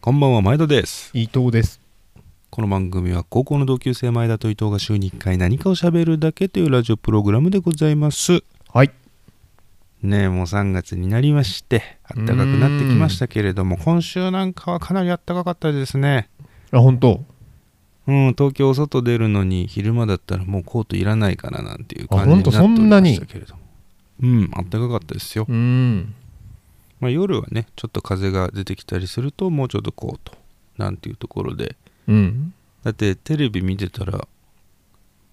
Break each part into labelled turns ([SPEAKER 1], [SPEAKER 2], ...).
[SPEAKER 1] こんばんは前田です
[SPEAKER 2] 伊藤です
[SPEAKER 1] この番組は高校の同級生前田と伊藤が週に1回何かを喋るだけというラジオプログラムでございます
[SPEAKER 2] はい
[SPEAKER 1] ねえもう3月になりまして暖かくなってきましたけれども今週なんかはかなり暖かかったですね
[SPEAKER 2] あ本当
[SPEAKER 1] うん東京お外出るのに昼間だったらもうコートいらないかななんていう
[SPEAKER 2] あ
[SPEAKER 1] 感じになっており
[SPEAKER 2] ほんとそんな
[SPEAKER 1] ま
[SPEAKER 2] に
[SPEAKER 1] したけれどもうん暖かかったですよ
[SPEAKER 2] う、ーん
[SPEAKER 1] まあ、夜はねちょっと風が出てきたりするともうちょっとコートなんていうところで
[SPEAKER 2] うん
[SPEAKER 1] だってテレビ見てたら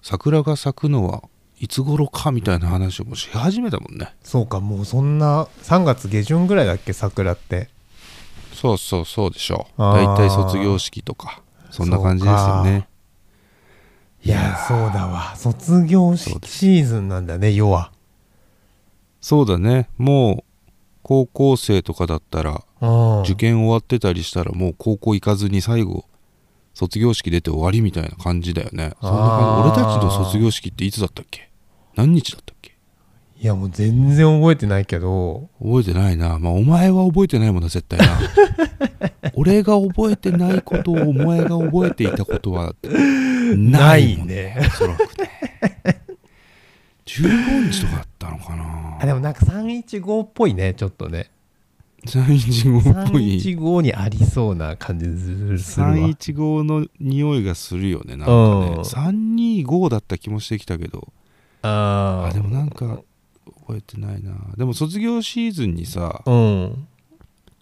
[SPEAKER 1] 桜が咲くのはいつ頃かみたいな話をもうし始めたもんね
[SPEAKER 2] そうかもうそんな3月下旬ぐらいだっけ桜って
[SPEAKER 1] そうそうそうでしょう
[SPEAKER 2] あー
[SPEAKER 1] 大体卒業式とかそんな感じですよね
[SPEAKER 2] いやそうだわ卒業式シーズンなんだね要は
[SPEAKER 1] そうだねもう高校生とかだったら
[SPEAKER 2] うん
[SPEAKER 1] 受験終わってたりしたらもう高校行かずに最後卒業式出て終わりみたいな感じだよねそんな
[SPEAKER 2] あ
[SPEAKER 1] 感
[SPEAKER 2] ー
[SPEAKER 1] じ俺たちの卒業式っていつだったっけ何日だったっけ
[SPEAKER 2] いやもう全然覚えてないけど
[SPEAKER 1] 覚えてないな、まあ、お前は覚えてないもんな絶 対な俺が覚えてないことをお前が覚えていたことはないもん
[SPEAKER 2] ないね
[SPEAKER 1] おそらくね15日とかだったのかな
[SPEAKER 2] あでもなんか315っぽいねちょっとね
[SPEAKER 1] 315っぽい
[SPEAKER 2] 315にありそうな感じするするわ
[SPEAKER 1] 315の匂いがするよねなんかね
[SPEAKER 2] うん
[SPEAKER 1] 325だった気もしてきたけど
[SPEAKER 2] あ
[SPEAKER 1] あでもなんか覚えてないなでも卒業シーズンにさ
[SPEAKER 2] うん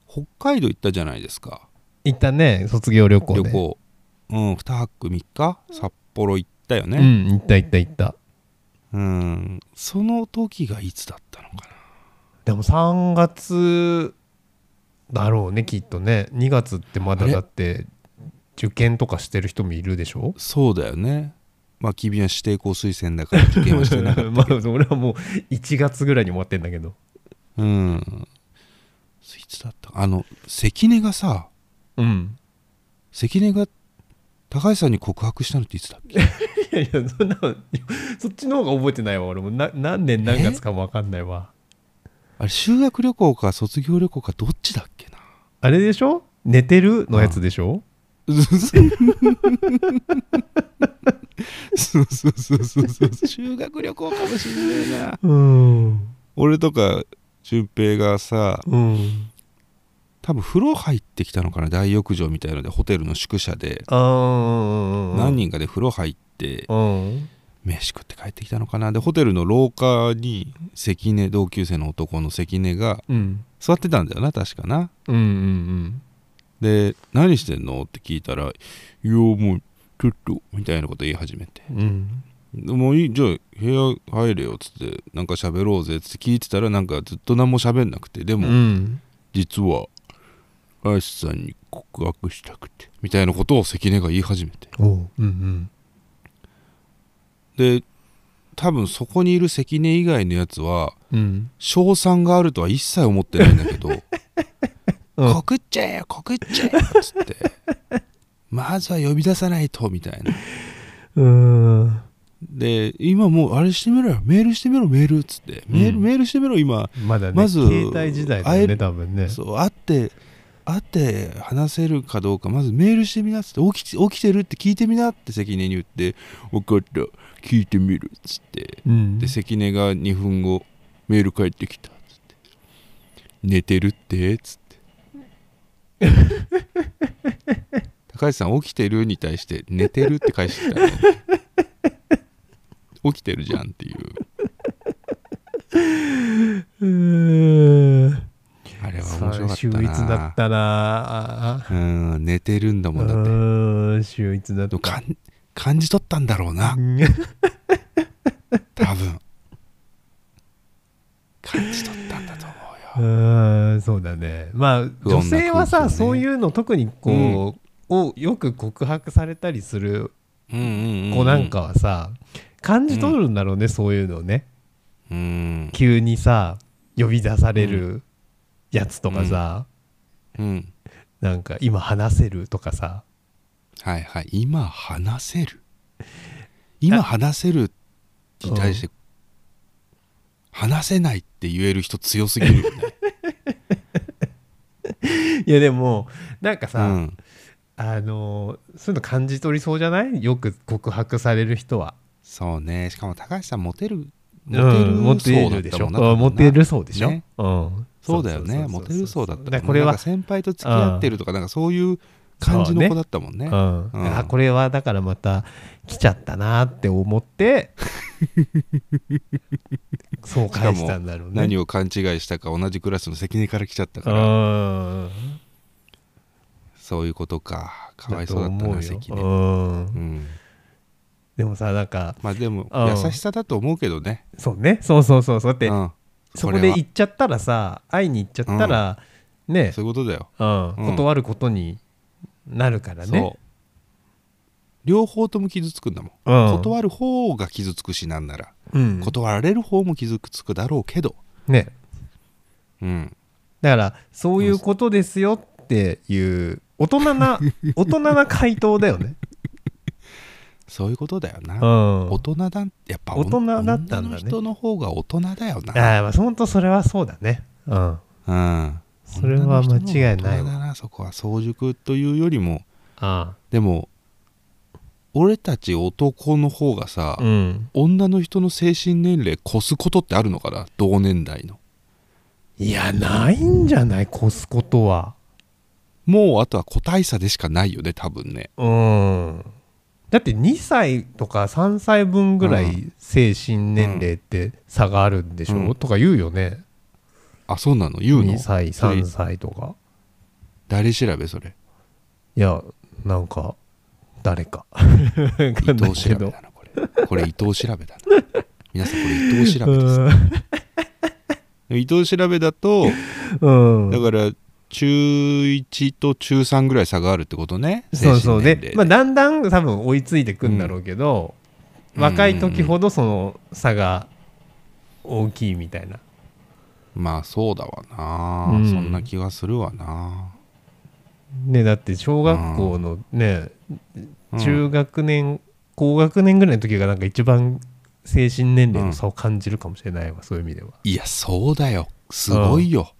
[SPEAKER 1] 北海道行ったじゃないですか
[SPEAKER 2] 行ったね卒業旅行ね
[SPEAKER 1] 旅行、うん、2泊3日札幌行ったよ
[SPEAKER 2] う
[SPEAKER 1] ね
[SPEAKER 2] ん行った行った行った
[SPEAKER 1] うん、その時がいつだったのかな
[SPEAKER 2] でも3月だろうねきっとね2月ってまだ
[SPEAKER 1] あれ
[SPEAKER 2] だって受験とかしてる人もいるでしょ
[SPEAKER 1] そうだよねまあ君は指定校推薦だから受験は してなかっ
[SPEAKER 2] まあ俺はもう1月ぐらいに終わってんだけど
[SPEAKER 1] たうんいつだったあの関根がさ
[SPEAKER 2] うん
[SPEAKER 1] 関根が高橋さんに告白したのっていつだっけ
[SPEAKER 2] いやいやそんなのそっちの方が覚えてないわ俺もな何年何月かも分かんないわ
[SPEAKER 1] あれ修学旅行か卒業旅行かどっちだっけ な
[SPEAKER 2] あれでしょ寝てるのやつでしょ
[SPEAKER 1] そうそうそうそうそう修学旅行かもしんねえな
[SPEAKER 2] うん
[SPEAKER 1] 俺とか淳平がさ
[SPEAKER 2] うん
[SPEAKER 1] 多分風呂入ってきたのかな大浴場みたいのでホテルの宿舎で
[SPEAKER 2] あー
[SPEAKER 1] 何人かで風呂入って
[SPEAKER 2] うん
[SPEAKER 1] 飯食って帰ってきたのかなでホテルの廊下に関根同級生の男の関根が
[SPEAKER 2] うん
[SPEAKER 1] 座ってたんだよな確かな
[SPEAKER 2] うんうん
[SPEAKER 1] で「何してんの?」って聞いたら「いやもうちょっと」みたいなこと言い始めて
[SPEAKER 2] うんうん
[SPEAKER 1] もういいじゃあ部屋入れよっつってなんか喋ろうぜっつって聞いてたらなんかずっと何も喋んなくてで
[SPEAKER 2] う
[SPEAKER 1] も、
[SPEAKER 2] ん
[SPEAKER 1] 実は高橋さんに告白したくてみたいなことを関根が言い始めて
[SPEAKER 2] おううんうん
[SPEAKER 1] で多分そこにいる関根以外のやつは
[SPEAKER 2] うん
[SPEAKER 1] 賞賛があるとは一切思ってないんだけど「
[SPEAKER 2] うん
[SPEAKER 1] 告っちゃえよ告っちゃえよ」っつって「まずは呼び出さないと」みたいな
[SPEAKER 2] うーん
[SPEAKER 1] で今もうあれしてみろよメールしてみろメールっつって、メール
[SPEAKER 2] うん
[SPEAKER 1] メールしてみろ今
[SPEAKER 2] まだね、
[SPEAKER 1] まず
[SPEAKER 2] 携帯時代だ
[SPEAKER 1] 会え
[SPEAKER 2] よ
[SPEAKER 1] る
[SPEAKER 2] ね、多分ね。
[SPEAKER 1] そう会って会って話せるかどうかまずメールしてみなっつって起きて起きてるって聞いてみなって関根に言って「分かった聞いてみる」っつって
[SPEAKER 2] うん
[SPEAKER 1] で関根が2分後メール返ってきたっつって「寝てるって」っつ って「高橋さん起きてる?」に対して「寝てる?」って返してきたね 起きてるじゃんっていう
[SPEAKER 2] うーん。
[SPEAKER 1] あれは面白
[SPEAKER 2] さ
[SPEAKER 1] か
[SPEAKER 2] あ
[SPEAKER 1] った
[SPEAKER 2] 秀
[SPEAKER 1] な
[SPEAKER 2] 逸だったなあ。
[SPEAKER 1] うん寝てるんだ
[SPEAKER 2] う
[SPEAKER 1] もんだって
[SPEAKER 2] ーん、秀逸だっ
[SPEAKER 1] でもか
[SPEAKER 2] た。
[SPEAKER 1] ん感じ取ったんだろうな
[SPEAKER 2] うん
[SPEAKER 1] 多分感じ取ったんだと思う
[SPEAKER 2] う
[SPEAKER 1] よ
[SPEAKER 2] ーん、そうだね。まあ、
[SPEAKER 1] 不穏な
[SPEAKER 2] 女性はさ、
[SPEAKER 1] 空気をね
[SPEAKER 2] そういうの、特にこう、をよく告白されたりする
[SPEAKER 1] うんうん
[SPEAKER 2] 子なんかはさ、感じ取るんだろうね、そういうのね。
[SPEAKER 1] うん
[SPEAKER 2] 急にさ、呼び出されるやつとかさ、
[SPEAKER 1] うん
[SPEAKER 2] なんか、今話せるとかさ。
[SPEAKER 1] はいはい今話せる今話せるに対して話せないって言える人強すぎるよね
[SPEAKER 2] いやでもなんか
[SPEAKER 1] う
[SPEAKER 2] さ、
[SPEAKER 1] ん
[SPEAKER 2] あのーそういうの感じ取りそうじゃないよく告白される人は
[SPEAKER 1] そうねしかも高橋さんモテる
[SPEAKER 2] うん
[SPEAKER 1] モテる
[SPEAKER 2] モテるでし
[SPEAKER 1] そ
[SPEAKER 2] ょ
[SPEAKER 1] うだったもんな
[SPEAKER 2] うんモテるそうでしょ
[SPEAKER 1] ね
[SPEAKER 2] うん
[SPEAKER 1] そうだよねモテるそうだったもん
[SPEAKER 2] からこれ
[SPEAKER 1] なん
[SPEAKER 2] は
[SPEAKER 1] か先輩と付き合ってるとかなんかそういう感じの子だったもんね
[SPEAKER 2] うん
[SPEAKER 1] うん
[SPEAKER 2] あこれはだからまた来ちゃったなって思って そう返したんだろうね
[SPEAKER 1] 何を勘違いしたか同じクラスの関根から来ちゃったから
[SPEAKER 2] うん
[SPEAKER 1] そういうことかかわいそうだった
[SPEAKER 2] と思
[SPEAKER 1] な
[SPEAKER 2] うよ
[SPEAKER 1] 関
[SPEAKER 2] う
[SPEAKER 1] 根うんん
[SPEAKER 2] でもさなんか
[SPEAKER 1] まあでも
[SPEAKER 2] うん
[SPEAKER 1] 優しさだと思うけどね
[SPEAKER 2] そうねそうそうそうそうだって
[SPEAKER 1] うん
[SPEAKER 2] そこで行っちゃったらさ会いに行っちゃったらね
[SPEAKER 1] そういうことだよ
[SPEAKER 2] うん
[SPEAKER 1] うん
[SPEAKER 2] 断ることになるからね
[SPEAKER 1] そう両方とも傷つくんだもん
[SPEAKER 2] うん
[SPEAKER 1] 断る方が傷つくしなんなら
[SPEAKER 2] うん
[SPEAKER 1] 断られる方も傷つくだろうけど
[SPEAKER 2] ね
[SPEAKER 1] うん
[SPEAKER 2] だからそういうことですよっていう大人 な大人な回答だよね
[SPEAKER 1] そういうことだよ
[SPEAKER 2] う
[SPEAKER 1] なん大人だやっぱ
[SPEAKER 2] 大人だったんだね
[SPEAKER 1] 女の人の方が大人だよな
[SPEAKER 2] ああ、まあ、本当それはそうだね。うん。
[SPEAKER 1] うん
[SPEAKER 2] それ
[SPEAKER 1] 女
[SPEAKER 2] は間違いない
[SPEAKER 1] の人の方が大人
[SPEAKER 2] わ。
[SPEAKER 1] だなそこは早熟というよりも
[SPEAKER 2] あ
[SPEAKER 1] でも俺たち男の方がさ、
[SPEAKER 2] あ。うん。
[SPEAKER 1] 女の人の精神年齢越すことってあるのかな同年代の
[SPEAKER 2] いや、ないんじゃない越すことは。
[SPEAKER 1] もうあとは個体差でしかないよね多分ね
[SPEAKER 2] うん。だって2歳とか3歳分ぐら
[SPEAKER 1] う
[SPEAKER 2] い精神年齢って差があるんでしょ、
[SPEAKER 1] うん
[SPEAKER 2] とか言うよね。
[SPEAKER 1] あそうなの言うの
[SPEAKER 2] 2歳、
[SPEAKER 1] それ
[SPEAKER 2] 3歳とか。
[SPEAKER 1] 誰調べそれ
[SPEAKER 2] いや、なんか、誰か。
[SPEAKER 1] 伊藤調べだなこれこれ伊藤調べだな 皆さんこれ伊藤調べです伊藤調べだと
[SPEAKER 2] うん。
[SPEAKER 1] だから中1と中3ぐらい差があるってことね
[SPEAKER 2] そうそう
[SPEAKER 1] ね
[SPEAKER 2] で、まあ、だんだん多分追いついてくんだろうけど、
[SPEAKER 1] うん
[SPEAKER 2] 若い時ほどその差が大きいみたいな
[SPEAKER 1] まあそうだわな、
[SPEAKER 2] うん
[SPEAKER 1] そんな気がするわな、
[SPEAKER 2] ねだって小学校のね、
[SPEAKER 1] うん
[SPEAKER 2] 中学年高学年ぐらいの時がなんか一番精神年齢の差を感じるかもしれないわ、そういう意味ではい
[SPEAKER 1] やそうだよすごいよ、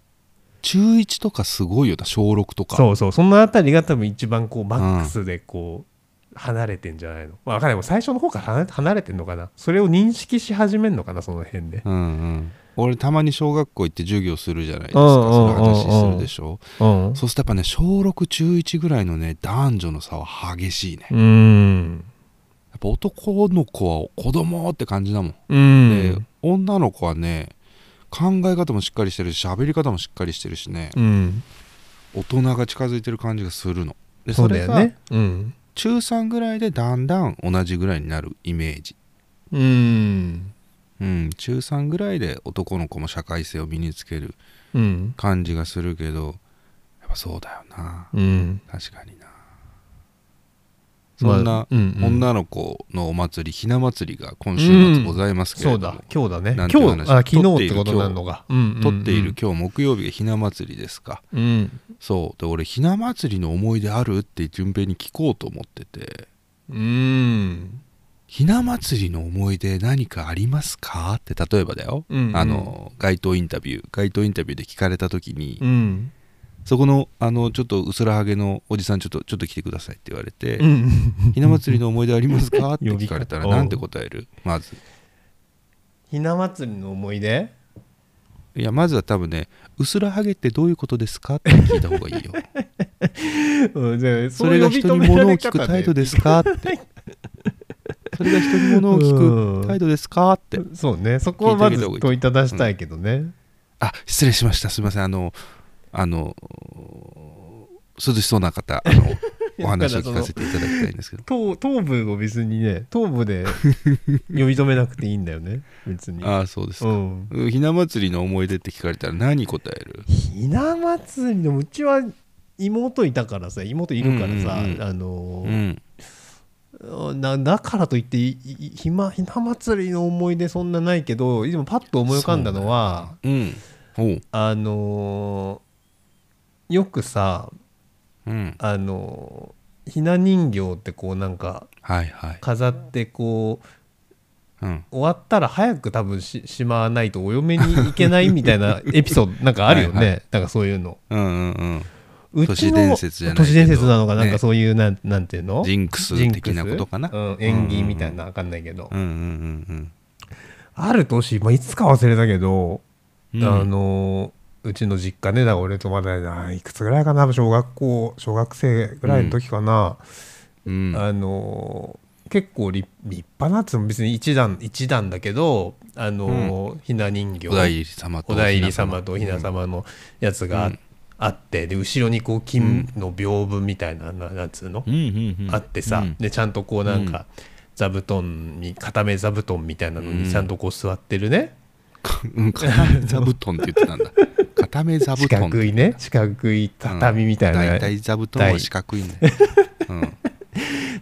[SPEAKER 1] 中1とかすごいよな小6とか
[SPEAKER 2] そうそうそのあたりが多分一番こうマックスでこう離れてんじゃないの、まあ、分かんないもう最初の方から離れ離れてんのかなそれを認識し始めんのかなその辺で、
[SPEAKER 1] うんうん、俺たまに小学校行って授業するじゃないです
[SPEAKER 2] う
[SPEAKER 1] か
[SPEAKER 2] んうん
[SPEAKER 1] そういう
[SPEAKER 2] うんうん
[SPEAKER 1] 話するでしょ
[SPEAKER 2] うん
[SPEAKER 1] そうするとやっぱね小6中1ぐらいのね男女の差は激しいねや
[SPEAKER 2] うん
[SPEAKER 1] っぱ男の子は子供って感じだもん、
[SPEAKER 2] うん、
[SPEAKER 1] で女の子はね考え方もしっかりしてるし喋り方もしっかりしてるしね
[SPEAKER 2] うん、
[SPEAKER 1] 大人が近づいてる感じがするので
[SPEAKER 2] そ
[SPEAKER 1] そう
[SPEAKER 2] だ
[SPEAKER 1] れ
[SPEAKER 2] よ
[SPEAKER 1] が
[SPEAKER 2] ね。うん。
[SPEAKER 1] 中3ぐらいでだんだん同じぐらいになるイメージ
[SPEAKER 2] うん。
[SPEAKER 1] うん中3ぐらいで男の子も社会性を身につける
[SPEAKER 2] うん。
[SPEAKER 1] 感じがするけどやっぱそうだよな
[SPEAKER 2] うん。
[SPEAKER 1] 確かになそんな
[SPEAKER 2] まあ、うんうん
[SPEAKER 1] 女の子のお祭りひな祭りが今週末ございますけ
[SPEAKER 2] そ
[SPEAKER 1] れ
[SPEAKER 2] う
[SPEAKER 1] ど
[SPEAKER 2] だ
[SPEAKER 1] も、
[SPEAKER 2] 今日だね。
[SPEAKER 1] な
[SPEAKER 2] 今
[SPEAKER 1] んていう
[SPEAKER 2] 日、
[SPEAKER 1] 話
[SPEAKER 2] あ、昨日ってことなのが。うんうん
[SPEAKER 1] 撮っている。今日木曜日がひな祭りですか
[SPEAKER 2] うん。
[SPEAKER 1] そうで俺ひな祭りの思い出あるって順平に聞こうと思ってて
[SPEAKER 2] うん。
[SPEAKER 1] ひな祭りの思い出何かありますかって例えばだよ、
[SPEAKER 2] うんうん
[SPEAKER 1] あの街頭インタビュー街頭インタビューで聞かれた時に、
[SPEAKER 2] うん。
[SPEAKER 1] そこのあのちょっと薄らはげのおじさんちょっとちょっと来てくださいって言われて、
[SPEAKER 2] うん
[SPEAKER 1] ひな祭りの思い出ありますかって
[SPEAKER 2] 呼び
[SPEAKER 1] 聞
[SPEAKER 2] 方
[SPEAKER 1] かれたらなんて答えるまず
[SPEAKER 2] ひな祭りの思い 出
[SPEAKER 1] いやまずは多分ね薄らはげってどういうことですかって聞いた方がいい よ
[SPEAKER 2] うん。じゃあ
[SPEAKER 1] それが人に物を聞く態度ですかってそれが人に物を 聞く態度ですかって
[SPEAKER 2] す。そうね。そこはまず問いただしたいけどね。
[SPEAKER 1] あ失礼しましたすみませんあのあの涼しそうな方あのお話を聞かせていただきたいんですけ ど
[SPEAKER 2] 頭頭部を別にね、頭部で呼び止めなくていいんだよね。別に。
[SPEAKER 1] ああそうです
[SPEAKER 2] う
[SPEAKER 1] か、
[SPEAKER 2] ん。
[SPEAKER 1] うんひな祭りの思い出って聞かれたら何答える
[SPEAKER 2] ひな祭りのうちは妹いたからさ妹いるからさ、
[SPEAKER 1] うんうんうん
[SPEAKER 2] あの
[SPEAKER 1] う
[SPEAKER 2] ー
[SPEAKER 1] ん
[SPEAKER 2] なだからといっていいひまひな祭りの思い出そんなないけどでもパッと思い浮かんだのは
[SPEAKER 1] うんおう
[SPEAKER 2] あのーよくさ
[SPEAKER 1] うん
[SPEAKER 2] あのーひな人形ってこうなんか
[SPEAKER 1] はいはい
[SPEAKER 2] 飾ってこう
[SPEAKER 1] うん
[SPEAKER 2] 終わったら早く多分ししまわない とお嫁に行けないみたいなエピソードなんかあるよね
[SPEAKER 1] はいは
[SPEAKER 2] なんかそういうの
[SPEAKER 1] うんうんうん
[SPEAKER 2] うち
[SPEAKER 1] 都
[SPEAKER 2] の
[SPEAKER 1] 市伝説じゃないけど
[SPEAKER 2] 都市伝説なのか、なん
[SPEAKER 1] ね
[SPEAKER 2] かそういう、なんなんていうの
[SPEAKER 1] ジンクス的なことかな
[SPEAKER 2] ジンクスうん、演技みたいな、わかんないけど。
[SPEAKER 1] うんうんうん
[SPEAKER 2] ある年、まあ、いつか忘れたけど、
[SPEAKER 1] うん
[SPEAKER 2] あのうちの実家ねだから俺とまだないくつぐらいかな小学校小学生ぐらいの時かな、
[SPEAKER 1] うんうん
[SPEAKER 2] あの結構立立派なっつっても別に一段一段だけどあの、ひな人形
[SPEAKER 1] お代理様と
[SPEAKER 2] お代理様とおひな様のやつがあ,、
[SPEAKER 1] うん
[SPEAKER 2] ってで後ろにこう金の屏風みたいな、ななんつうの、
[SPEAKER 1] うんうんうん
[SPEAKER 2] あってさ、
[SPEAKER 1] うん
[SPEAKER 2] でちゃんとこうなんか、座布団に固め座布団みたいなのにちゃんとこう座ってるね、
[SPEAKER 1] か うん固め座布団って言ってたんだ固め座布
[SPEAKER 2] 四
[SPEAKER 1] 団
[SPEAKER 2] 角いね四角い畳みたいな、
[SPEAKER 1] 大体座布団は四角いん だよ、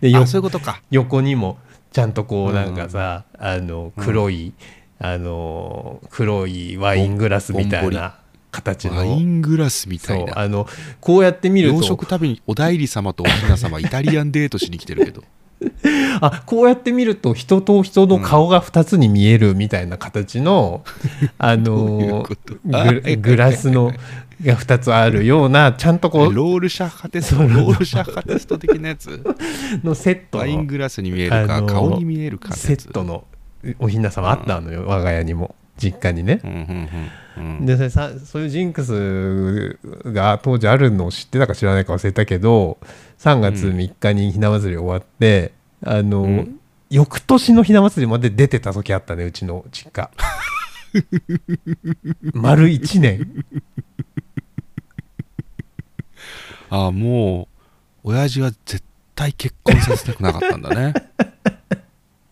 [SPEAKER 2] で
[SPEAKER 1] うん、
[SPEAKER 2] よ
[SPEAKER 1] あそういうことか
[SPEAKER 2] 横にもちゃんとこうなんかさ、あの黒い、あの黒いワイングラスみたいな形
[SPEAKER 1] ワイ
[SPEAKER 2] の
[SPEAKER 1] ングラスみた
[SPEAKER 2] そ
[SPEAKER 1] いうな
[SPEAKER 2] あのこうやって見る
[SPEAKER 1] 洋
[SPEAKER 2] と
[SPEAKER 1] 食食べにお代理様とおひな様イタリアンデートしに来てるけど
[SPEAKER 2] あこうやって見ると人と人の顔が2つに見えるみたいな形 の、あ
[SPEAKER 1] どういう
[SPEAKER 2] の
[SPEAKER 1] こと
[SPEAKER 2] ググラスのが2つあるようなちゃんとこ
[SPEAKER 1] ロ
[SPEAKER 2] う
[SPEAKER 1] ールシャッハテストロールシャッハテスト的なや つ
[SPEAKER 2] のセット
[SPEAKER 1] ワイン
[SPEAKER 2] の
[SPEAKER 1] グラスに見える
[SPEAKER 2] あ
[SPEAKER 1] か
[SPEAKER 2] のー
[SPEAKER 1] 顔に見えるかって
[SPEAKER 2] セ
[SPEAKER 1] やつ
[SPEAKER 2] ットのおひな様あったのよ、我が家にも実家にね
[SPEAKER 1] う、んうんうんうん
[SPEAKER 2] でそれさそういうジンクスが当時あるのを知ってたか知らないか忘れたけど3月3日にひな祭り終わって、あの、
[SPEAKER 1] うん
[SPEAKER 2] 翌年のひな祭りまで出てた時あったねうちの実家 丸1年
[SPEAKER 1] ああもう親父は絶対結婚させたくなかったんだね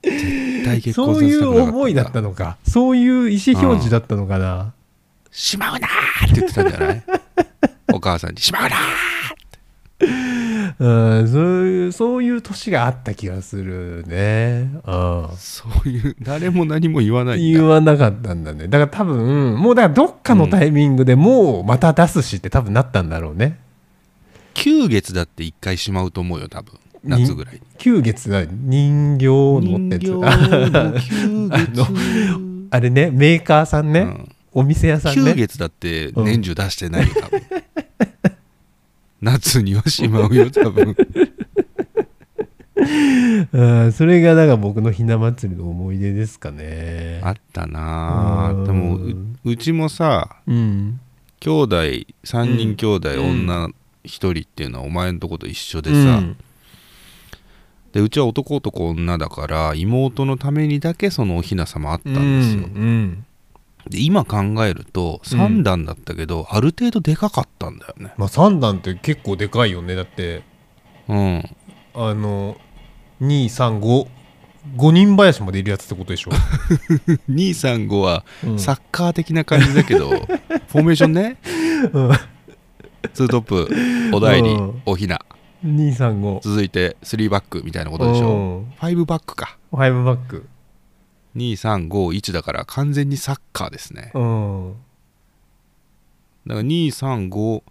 [SPEAKER 1] 絶対結婚
[SPEAKER 2] そ
[SPEAKER 1] さ
[SPEAKER 2] う
[SPEAKER 1] せ
[SPEAKER 2] い
[SPEAKER 1] たくなかったん
[SPEAKER 2] う思いだったのかそういう意思表示だったのかな、
[SPEAKER 1] しまうなーって言ってたんじゃないお母さんに「しまうなー!
[SPEAKER 2] うん、そういうそういう年があった気がするね、うん」、
[SPEAKER 1] そういう誰も何も言わないんだ
[SPEAKER 2] 言わなかったんだねだから多分もうだからどっかのタイミングでもうまた出すしって多分なったんだろうね
[SPEAKER 1] 9月だって1回しまうと思うよ多分夏ぐらいに
[SPEAKER 2] 旧月が人形のって
[SPEAKER 1] 人
[SPEAKER 2] や
[SPEAKER 1] 形
[SPEAKER 2] つ
[SPEAKER 1] の9月
[SPEAKER 2] あれねメーカーさんね、
[SPEAKER 1] うん
[SPEAKER 2] お店屋さん
[SPEAKER 1] 9
[SPEAKER 2] ね
[SPEAKER 1] 月だって年中出してないよ多分、 夏にはしまうよ多分
[SPEAKER 2] うんそれがだから僕のひな祭りの思い出ですかね
[SPEAKER 1] あったなあでも
[SPEAKER 2] う
[SPEAKER 1] うんうちもさ
[SPEAKER 2] うん
[SPEAKER 1] 兄弟3人兄弟、
[SPEAKER 2] うん
[SPEAKER 1] 女1人っていうのはお前のとこと一緒で
[SPEAKER 2] で
[SPEAKER 1] さ、でうちは男男女だから妹のためにだけそのおひな様あった
[SPEAKER 2] うんん
[SPEAKER 1] ですよ、
[SPEAKER 2] うん
[SPEAKER 1] で今考えると3段だったけど、ある程度でかかったんだよね
[SPEAKER 2] まあ3段って結構でかいよねだって
[SPEAKER 1] うん
[SPEAKER 2] あの2355人林までいるやつってことでしょ、
[SPEAKER 1] 235は
[SPEAKER 2] うん
[SPEAKER 1] サッカー的な感じだ けど、フォーメーションね
[SPEAKER 2] うん
[SPEAKER 1] ツートップお代理、
[SPEAKER 2] うん
[SPEAKER 1] おひな
[SPEAKER 2] 235
[SPEAKER 1] 続いて3バックみたいなことでしょ5バックか
[SPEAKER 2] うんファイブバック
[SPEAKER 1] 2351だから完全にサッカーですね
[SPEAKER 2] うん
[SPEAKER 1] だから235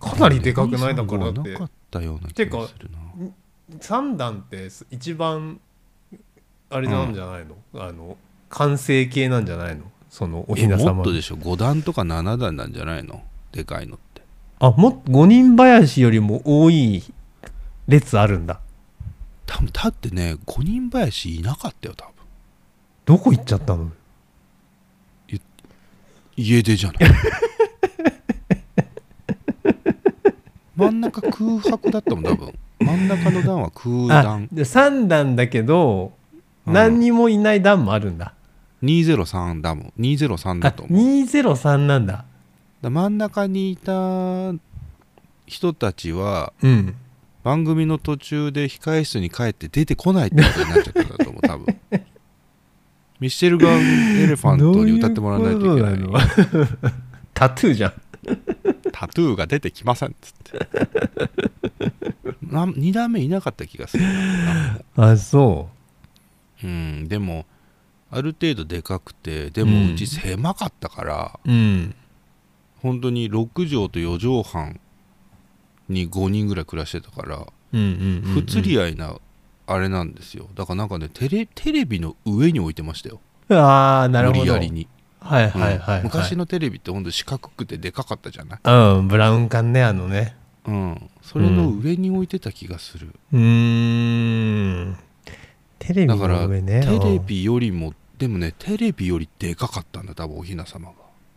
[SPEAKER 2] かなりでかくないだからだ
[SPEAKER 1] 235は
[SPEAKER 2] って
[SPEAKER 1] なかったような気がするな
[SPEAKER 2] 3段って一番あれなんじゃないの、あの完成形なんじゃないのそのおひな
[SPEAKER 1] えも
[SPEAKER 2] 様
[SPEAKER 1] っとでしょ5段とか7段なんじゃないのでかいのって
[SPEAKER 2] あもっと5人林よりも多い列あるんだ
[SPEAKER 1] 多分だってね5人林いなかったよ多分
[SPEAKER 2] どこ行っちゃったの
[SPEAKER 1] 家出じゃない 真ん中空白だったもん多分真ん中の段は空
[SPEAKER 2] あ
[SPEAKER 1] 段
[SPEAKER 2] で3段だけど、
[SPEAKER 1] うん
[SPEAKER 2] 何にもいない段もあるんだ
[SPEAKER 1] 203だもん203
[SPEAKER 2] あ
[SPEAKER 1] だと思う
[SPEAKER 2] 203なんだ
[SPEAKER 1] だ真ん中にいた人たちは
[SPEAKER 2] うん
[SPEAKER 1] 番組の途中で控え室に帰って出てこないってことになっちゃったんだと思う多 分ミシェルガン・エレファントに歌ってもらわないといけない
[SPEAKER 2] どううことなの タトゥーじゃん
[SPEAKER 1] タトゥーが出てきませんっつってな2段目いなかった気がするな
[SPEAKER 2] あそ
[SPEAKER 1] うんでもある程度でかくてで
[SPEAKER 2] う
[SPEAKER 1] も
[SPEAKER 2] ん
[SPEAKER 1] うち狭かったから、
[SPEAKER 2] ううん
[SPEAKER 1] 本当に6畳と4畳半に5人ぐらい暮らしてたから
[SPEAKER 2] うんうんうんうん
[SPEAKER 1] 不釣り合いなあれなんですよだからなんかねテレテレビの上に置いてましたよ
[SPEAKER 2] ああなる
[SPEAKER 1] 無
[SPEAKER 2] ほど
[SPEAKER 1] 理やりに、
[SPEAKER 2] はいはいはい、はい
[SPEAKER 1] うん昔のテレビってほんと四角くてでかかったじゃない
[SPEAKER 2] うんブラウン管ねあのね
[SPEAKER 1] うんそれの上に置いてた気がする、
[SPEAKER 2] うーんテレビ
[SPEAKER 1] だから
[SPEAKER 2] の上ね
[SPEAKER 1] テレビよりもでもねテレビよりでかかったんだ多分おひな様が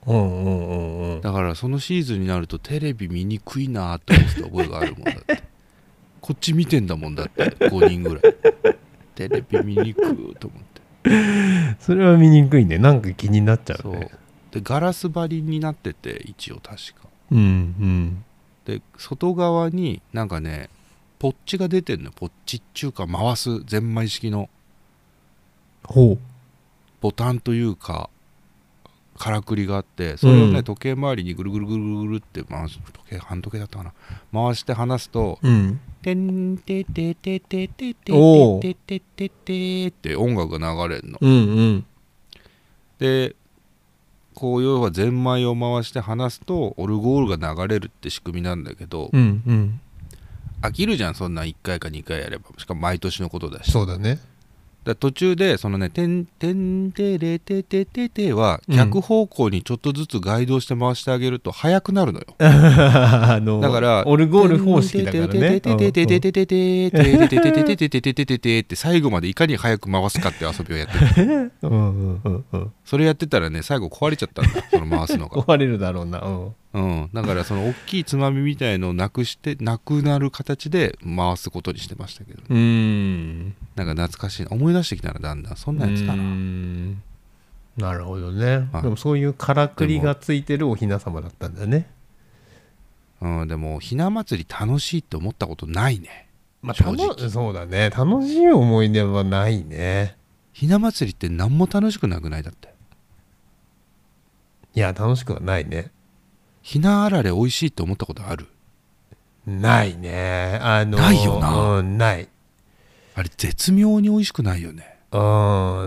[SPEAKER 2] うんうんうんうん
[SPEAKER 1] だからそのシーズンになるとテレビ見にくいなーって思ってた覚えがあるもんだって こっち見てんだもんだって5人ぐらいテレビ見にくーと思って
[SPEAKER 2] それは見にくいねなんか気になっちゃう
[SPEAKER 1] そう
[SPEAKER 2] ね
[SPEAKER 1] でガラス張りになってて一応確か
[SPEAKER 2] うんうん
[SPEAKER 1] で外側になんかねポッチが出てんのポッチっちゅうか回すゼンマイ式の
[SPEAKER 2] ほ
[SPEAKER 1] ボタンというかからくりがあってそれをね、
[SPEAKER 2] うん
[SPEAKER 1] 時計回りにぐるぐるぐるぐるぐるって回す時計半時計だったかな回して離すと
[SPEAKER 2] ううん
[SPEAKER 1] 「てんててててててて
[SPEAKER 2] おー
[SPEAKER 1] てててて」って音楽が流れるの。
[SPEAKER 2] うんうん
[SPEAKER 1] でこう要はゼンマイを回して離すとオルゴールが流れるって仕組みなんだけど
[SPEAKER 2] うんうん
[SPEAKER 1] 飽きるじゃんそんなん1回か2回やればしかも毎年のことだし
[SPEAKER 2] そうだね
[SPEAKER 1] だから途中でそのね「てんてんてれてててて」は逆方向にちょっとずつガイドして回してあげると速くなるのよ、
[SPEAKER 2] あの
[SPEAKER 1] だから
[SPEAKER 2] オルゴール方式だからね
[SPEAKER 1] てててててててててててててててててててって最後までいかに速く回すかって遊びをやってる
[SPEAKER 2] うんうんうんうん
[SPEAKER 1] それやってたらね最後壊れちゃったんだその回すのが
[SPEAKER 2] 壊れるだろうなうん
[SPEAKER 1] うんだからその大きいつまみみたいのをなくしてなくなる形で回すことにしてましたけど
[SPEAKER 2] うん
[SPEAKER 1] なんか懐かしいな思い出してきたらだんだんそんなやつだ
[SPEAKER 2] うー
[SPEAKER 1] なん
[SPEAKER 2] なるほどね、
[SPEAKER 1] はい
[SPEAKER 2] でもそういうからくりがついてるおひな様だったんだね
[SPEAKER 1] うんでもひな祭り楽しいって思ったことないね
[SPEAKER 2] まあ
[SPEAKER 1] 正直
[SPEAKER 2] 楽そうだね楽しい思い出はないね
[SPEAKER 1] ひな祭りって何も楽しくなくないだって
[SPEAKER 2] いや楽しくはないね
[SPEAKER 1] ひなあられ美味しいって思ったことある
[SPEAKER 2] ないねあの
[SPEAKER 1] ないよな
[SPEAKER 2] うん、ない
[SPEAKER 1] あれ絶妙に美味しくないよね、
[SPEAKER 2] う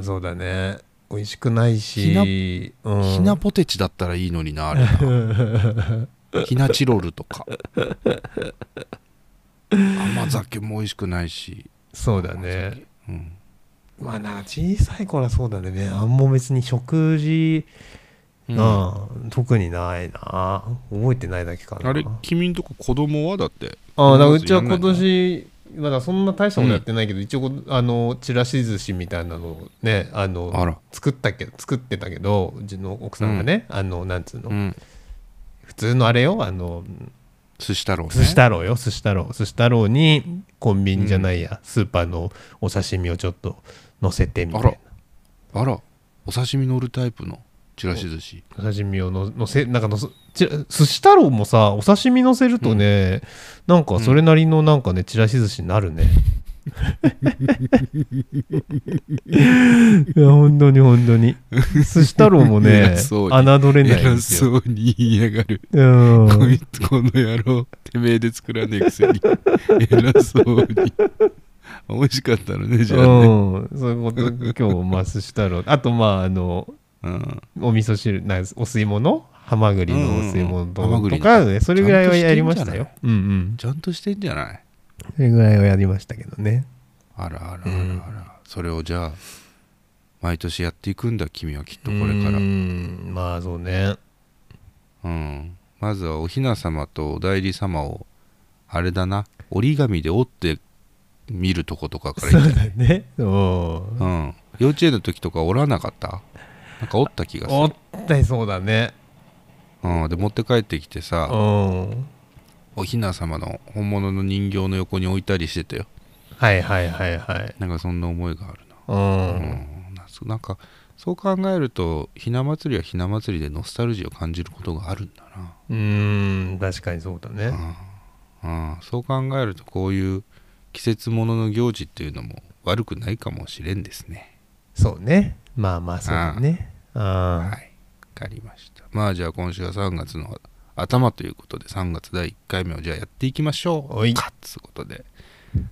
[SPEAKER 2] んそうだね美味しくないしうん
[SPEAKER 1] ひなポテチだったらいいのに なあれなひなチロルとか甘酒も美味しくないし、
[SPEAKER 2] そうだね
[SPEAKER 1] うん、
[SPEAKER 2] まあなんか小さい頃はそうだね何も別に食事、
[SPEAKER 1] う
[SPEAKER 2] うんん特にないな覚えてないだけかな
[SPEAKER 1] あれ君んとこ子供はだって
[SPEAKER 2] ああ、だから
[SPEAKER 1] ま
[SPEAKER 2] う
[SPEAKER 1] ず
[SPEAKER 2] ちは
[SPEAKER 1] やんない
[SPEAKER 2] 今
[SPEAKER 1] の
[SPEAKER 2] 年、まだそんな大したことやってないけど、一応こ、あの、ちらし寿司みたいなのをね、あの、
[SPEAKER 1] あら
[SPEAKER 2] 作ったけど、作ってたけど、うちの奥さんがね、あの、なんつうの、
[SPEAKER 1] うん
[SPEAKER 2] 普通のあれよ、あの、
[SPEAKER 1] 寿司太郎ね
[SPEAKER 2] 寿司太郎よ、寿司太郎。寿司太郎に、コンビニじゃないや、スーパーのお刺身をちょっと乗せてみたい
[SPEAKER 1] あらあらお刺身乗るタイプのちらし寿司
[SPEAKER 2] な。お刺身をの乗せ、なんかのす、ちら寿司太郎もさ、お刺身乗せるとね、なんかそれなりのなんかね、ちらし寿司になるね。 いや本当に本当に寿司太郎もね
[SPEAKER 1] 偉そうに
[SPEAKER 2] 侮れないん
[SPEAKER 1] 偉
[SPEAKER 2] ですよ
[SPEAKER 1] そうに言いやがる
[SPEAKER 2] うん
[SPEAKER 1] こいつこの野郎てめえで作らねえくせ に偉そうに美味しかったのねじゃあね、
[SPEAKER 2] うんそういうこと今日まあ寿司太郎 あとまああの
[SPEAKER 1] うん、
[SPEAKER 2] お味噌汁なんお吸い物ハマグリのお吸い物と,、
[SPEAKER 1] うんうんハマグリ
[SPEAKER 2] と
[SPEAKER 1] の
[SPEAKER 2] か、ね、それぐらいはやりました
[SPEAKER 1] ちゃん
[SPEAKER 2] よ
[SPEAKER 1] と
[SPEAKER 2] うんうん
[SPEAKER 1] ちゃんとしてんじゃない
[SPEAKER 2] それぐらいはやりましたけどね
[SPEAKER 1] あらあらあらあら、
[SPEAKER 2] うん
[SPEAKER 1] それをじゃあ毎年やっていくんだ君はきっとこれから
[SPEAKER 2] う
[SPEAKER 1] うん、
[SPEAKER 2] んまあそうね
[SPEAKER 1] まずはお雛様とお代理様をあれだな折り紙で折って見るとことかからいい
[SPEAKER 2] そ
[SPEAKER 1] んじ
[SPEAKER 2] う
[SPEAKER 1] ゃない
[SPEAKER 2] だねうん
[SPEAKER 1] うん幼稚園の時とか折らなかったなんか折った気がす
[SPEAKER 2] お
[SPEAKER 1] る、
[SPEAKER 2] ったりそうだね
[SPEAKER 1] うん、で持って帰ってきてさ、
[SPEAKER 2] うん
[SPEAKER 1] お雛様の本物の人形の横に置いたりしてたよ
[SPEAKER 2] はいはいはいはい
[SPEAKER 1] なんかそんな思いがある
[SPEAKER 2] う
[SPEAKER 1] な、うんん、ななんかそう考えるとひな祭りはひな祭りでノスタルジーを感じることがあるんだな
[SPEAKER 2] うーん確かにそうだね
[SPEAKER 1] うん、うん、そう考えるとこういう季節ものの行事っていうのも悪くないかもしれんですね
[SPEAKER 2] そうねまあまあそうだね
[SPEAKER 1] はい
[SPEAKER 2] あ
[SPEAKER 1] わかりましたまあじゃあ今週は3月の頭ということで3月第1回目をじゃあやっていきましょう
[SPEAKER 2] おい
[SPEAKER 1] かっつうことで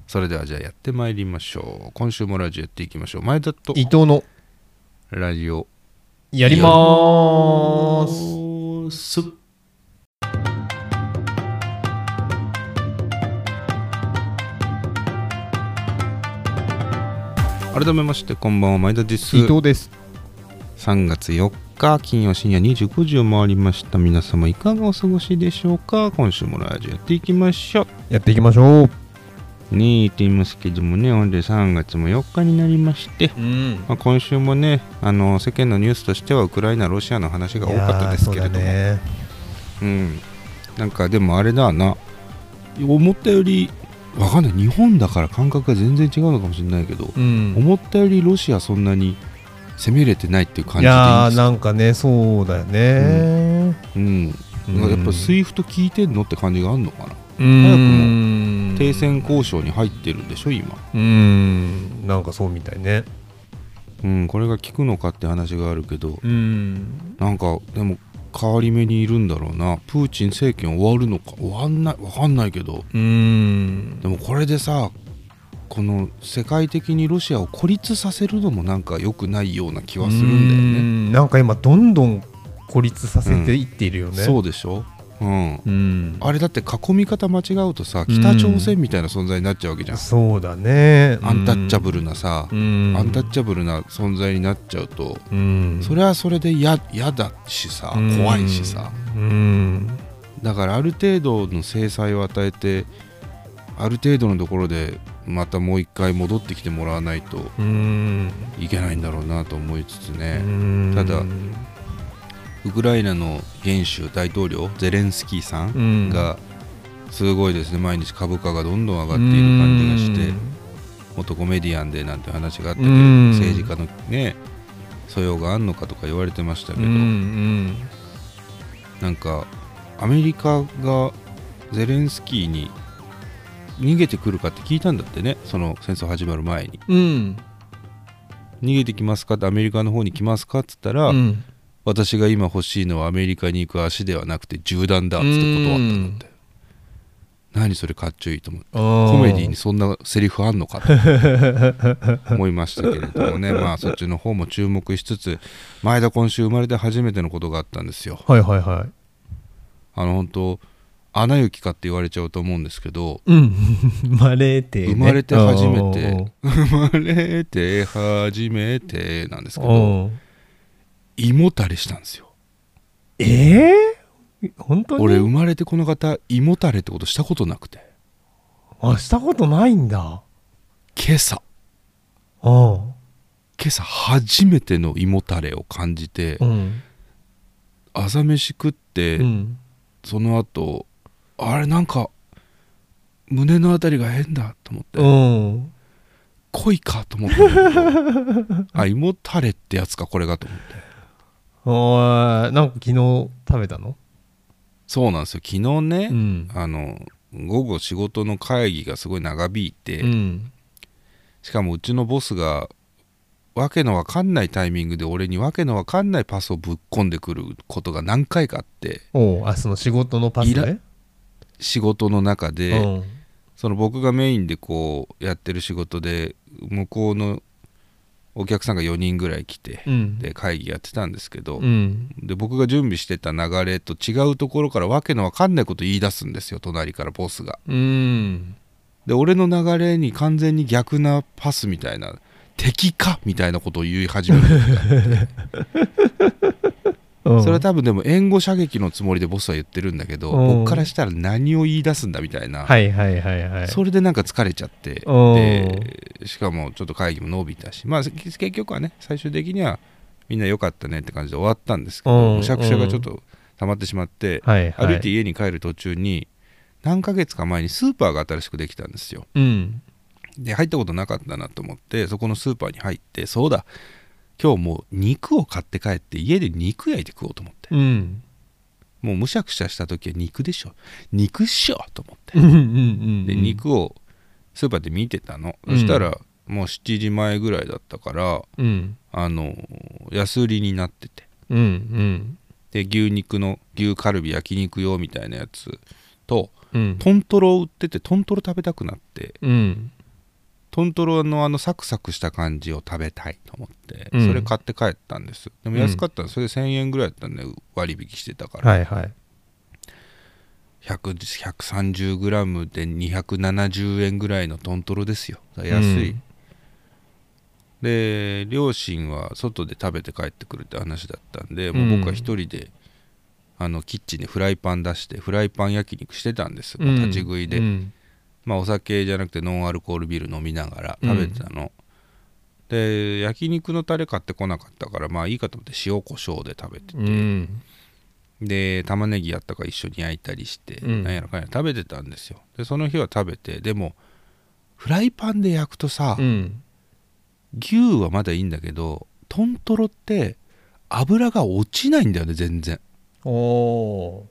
[SPEAKER 1] それではじゃあやってまいりましょう今週もラジオやっていきましょう前田と
[SPEAKER 2] 伊藤の
[SPEAKER 1] ラジオ
[SPEAKER 2] やりまーす
[SPEAKER 1] す改めましてこんばんは前田です
[SPEAKER 2] 伊藤です
[SPEAKER 1] 3月4日金曜深夜25時を回りました皆様いかがお過ごしでしょうか今週もラジオやっていきましょう
[SPEAKER 2] やっていきましょう
[SPEAKER 1] ね言っていますけどもねほんで3月も4日になりまして、
[SPEAKER 2] うん
[SPEAKER 1] まあ、今週もねあの世間のニュースとしてはウクライナロシアの話が多かったですけれども
[SPEAKER 2] いやーそうだね
[SPEAKER 1] うん、なんかでもあれだな思ったよりわかんない日本だから感覚が全然違うのかもしれないけど、
[SPEAKER 2] うん
[SPEAKER 1] 思ったよりロシアそんなに攻めれてないっていう感じで
[SPEAKER 2] い
[SPEAKER 1] いい
[SPEAKER 2] や
[SPEAKER 1] んで
[SPEAKER 2] ー
[SPEAKER 1] すよ
[SPEAKER 2] なんかねそうだよね、
[SPEAKER 1] うん
[SPEAKER 2] うん
[SPEAKER 1] やっぱスイフト聞いてんのって感じがあるのかな、
[SPEAKER 2] うん
[SPEAKER 1] 停戦交渉に入ってるんでしょ今、
[SPEAKER 2] うんなんかそうみたいね
[SPEAKER 1] うん、これが効くのかって話があるけど
[SPEAKER 2] うん
[SPEAKER 1] なんかでも変わり目にいるんだろうなプーチン政権終わるのか終わんないわかんないけど
[SPEAKER 2] うん
[SPEAKER 1] でもこれでさこの世界的にロシアを孤立させるのもなんか良くないような気はするんだよね。
[SPEAKER 2] ねなんか今どんどん孤立させていっているよね、
[SPEAKER 1] そうでしょ、うん、
[SPEAKER 2] うん
[SPEAKER 1] あれだって囲み方間違うとさ
[SPEAKER 2] うん
[SPEAKER 1] 北朝鮮みたいな存在になっちゃうわけじゃん、
[SPEAKER 2] そうだね
[SPEAKER 1] アンタッチャブルなさ
[SPEAKER 2] う、ん
[SPEAKER 1] アンタッチャブルな存在になっちゃうと、
[SPEAKER 2] うん
[SPEAKER 1] それはそれで嫌嫌だしさ
[SPEAKER 2] うん
[SPEAKER 1] 怖いしさ、
[SPEAKER 2] うん
[SPEAKER 1] だからある程度の制裁を与えてある程度のところでまたもう一回戻ってきてもらわないと
[SPEAKER 2] うん
[SPEAKER 1] いけないんだろうなと思いつつね。
[SPEAKER 2] うん
[SPEAKER 1] ただウクライナの元首大統領ゼレンスキーさ
[SPEAKER 2] うんん
[SPEAKER 1] がすごいですね毎日株価がどんどん上がっている感じがして元コメディアンでなんて話があったけど
[SPEAKER 2] うん
[SPEAKER 1] 政治家のね素養があんのかとか言われてましたけ
[SPEAKER 2] うん
[SPEAKER 1] ど
[SPEAKER 2] うん
[SPEAKER 1] なんかアメリカがゼレンスキーに逃げてくるかって聞いたんだってねその戦争始まる前に
[SPEAKER 2] うん
[SPEAKER 1] 逃げてきますかってアメリカの方に来ますかっつったら、
[SPEAKER 2] うん
[SPEAKER 1] 私が今欲しいのはアメリカに行く足ではなくて銃弾だっつって断ったんだって何それかっちょいいと思うコメディにそんなセリフあんのかと 思いましたけれどもねまあそっちの方も注目しつつ前田今週生まれて初めてのことがあったんですよ
[SPEAKER 2] はいはいは
[SPEAKER 1] あの本当アナ雪かって言われちゃうと思うんですけど
[SPEAKER 2] いうん生まれてね
[SPEAKER 1] 生まれて初めて
[SPEAKER 2] うん
[SPEAKER 1] 生まれて初めてなんですけど
[SPEAKER 2] うん
[SPEAKER 1] 胃もたれしたんですよ
[SPEAKER 2] ええ本当に
[SPEAKER 1] 俺生まれてこの方胃もたれってことしたことなくて
[SPEAKER 2] あしたことないんだ
[SPEAKER 1] 今朝
[SPEAKER 2] うん
[SPEAKER 1] 今朝初めての胃もたれを感じて、
[SPEAKER 2] うん
[SPEAKER 1] 朝飯食って、
[SPEAKER 2] うん
[SPEAKER 1] その後あれなんか胸のあたりが変だと思って、
[SPEAKER 2] うん
[SPEAKER 1] 恋かと思ったんだけ どあ胃もたれってやつかこれがと思って
[SPEAKER 2] あーなんか昨日食べたの
[SPEAKER 1] そうなんですよ昨日
[SPEAKER 2] う
[SPEAKER 1] ね、
[SPEAKER 2] ん
[SPEAKER 1] あの午後仕事の会議がすごい長引いて、
[SPEAKER 2] うん
[SPEAKER 1] しかもうちのボスがわけのわかんないタイミングで俺にわけのわかんないパスをぶっ込んでくることが何回かあって
[SPEAKER 2] おうあその仕事のパス
[SPEAKER 1] いら
[SPEAKER 2] ね
[SPEAKER 1] 仕事の中
[SPEAKER 2] う
[SPEAKER 1] で、
[SPEAKER 2] ん
[SPEAKER 1] その僕がメインでこうやってる仕事で向こうのお客さんが4人ぐらい来て
[SPEAKER 2] うん
[SPEAKER 1] で会議やってたんですけど
[SPEAKER 2] うん
[SPEAKER 1] で僕が準備してた流れと違うところからわけのわかんないこと言い出すんですよ隣からボスが。
[SPEAKER 2] うん
[SPEAKER 1] で俺の流れに完全に逆なパスみたいな敵かみたいなことを言い始める
[SPEAKER 2] うん
[SPEAKER 1] それは多分でも援護射撃のつもりでボスは言ってるんだけど
[SPEAKER 2] うん
[SPEAKER 1] 僕からしたら何を言い出すんだみたいな
[SPEAKER 2] はいはいはいはい
[SPEAKER 1] それでなんか疲れちゃって
[SPEAKER 2] お
[SPEAKER 1] でしかもちょっと会議も伸びたし、まあ、け結局はね最終的にはみんな良かったねって感じで終わったんですけど
[SPEAKER 2] お
[SPEAKER 1] むしゃくしゃがちょっと溜まってしまって
[SPEAKER 2] はいはい
[SPEAKER 1] 歩いて家に帰る途中に何ヶ月か前にスーパーが新しくできたんですよ
[SPEAKER 2] うん
[SPEAKER 1] で入ったことなかったなと思ってそこのスーパーに入ってそうだ今日もう肉を買って帰って家で肉焼いて食おうと思って
[SPEAKER 2] うん
[SPEAKER 1] もうむしゃくしゃした時は肉でしょ肉っしょと思って
[SPEAKER 2] うんうんうん
[SPEAKER 1] で肉をスーパーで見てたの、
[SPEAKER 2] うん
[SPEAKER 1] そしたらもう7時前ぐらいだったから
[SPEAKER 2] うん
[SPEAKER 1] あの安売りになってて
[SPEAKER 2] うんうん
[SPEAKER 1] で牛肉の牛カルビ焼肉用みたいなやつと
[SPEAKER 2] うん
[SPEAKER 1] トントロを売っててトントロ食べたくなって
[SPEAKER 2] うん
[SPEAKER 1] トントロのあのサクサクした感じを食べたいと思って、
[SPEAKER 2] うん
[SPEAKER 1] それ買って帰ったんですでも安かったのそれで1000円ぐらいだったんで割引してたから、
[SPEAKER 2] はいはい
[SPEAKER 1] 100 130g で270円ぐらいのトントロですよ安い、
[SPEAKER 2] うん
[SPEAKER 1] で両親は外で食べて帰ってくるって話だったんで、もう僕は一人であのキッチンにフライパン出してフライパン焼肉してたんですよ、
[SPEAKER 2] うん
[SPEAKER 1] 立ち食いで、
[SPEAKER 2] うん
[SPEAKER 1] まあ、お酒じゃなくてノンアルコールビール飲みながら食べてたの、で焼肉のタレ買ってこなかったからまあいいかと思って塩コショウで食べてて、
[SPEAKER 2] うん
[SPEAKER 1] で玉ねぎやったから一緒に焼いたりして、
[SPEAKER 2] うん
[SPEAKER 1] なんやらかんやら食べてたんですよでその日は食べてでもフライパンで焼くとさ、
[SPEAKER 2] うん
[SPEAKER 1] 牛はまだいいんだけど豚トロって油が落ちないんだよね全然
[SPEAKER 2] おお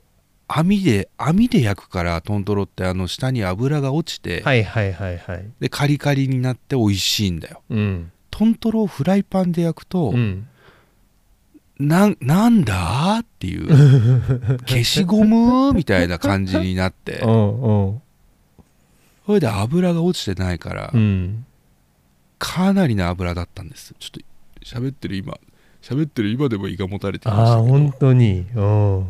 [SPEAKER 1] 網で網で焼くから豚トロってあの下に油が落ちて、
[SPEAKER 2] ーはいはいはいはい
[SPEAKER 1] でカリカリになって美味しいんだよ
[SPEAKER 2] うん
[SPEAKER 1] 豚トロをフライパンで焼くと、
[SPEAKER 2] うん
[SPEAKER 1] なんなんだっていう 消しゴムみたいな感じになって
[SPEAKER 2] うんうん
[SPEAKER 1] それで油が落ちてないから、
[SPEAKER 2] うん
[SPEAKER 1] かなりな油だったんですちょっと喋ってる今喋ってる今でも胃がもたれてまし
[SPEAKER 2] ああ
[SPEAKER 1] たけど
[SPEAKER 2] 本当にうん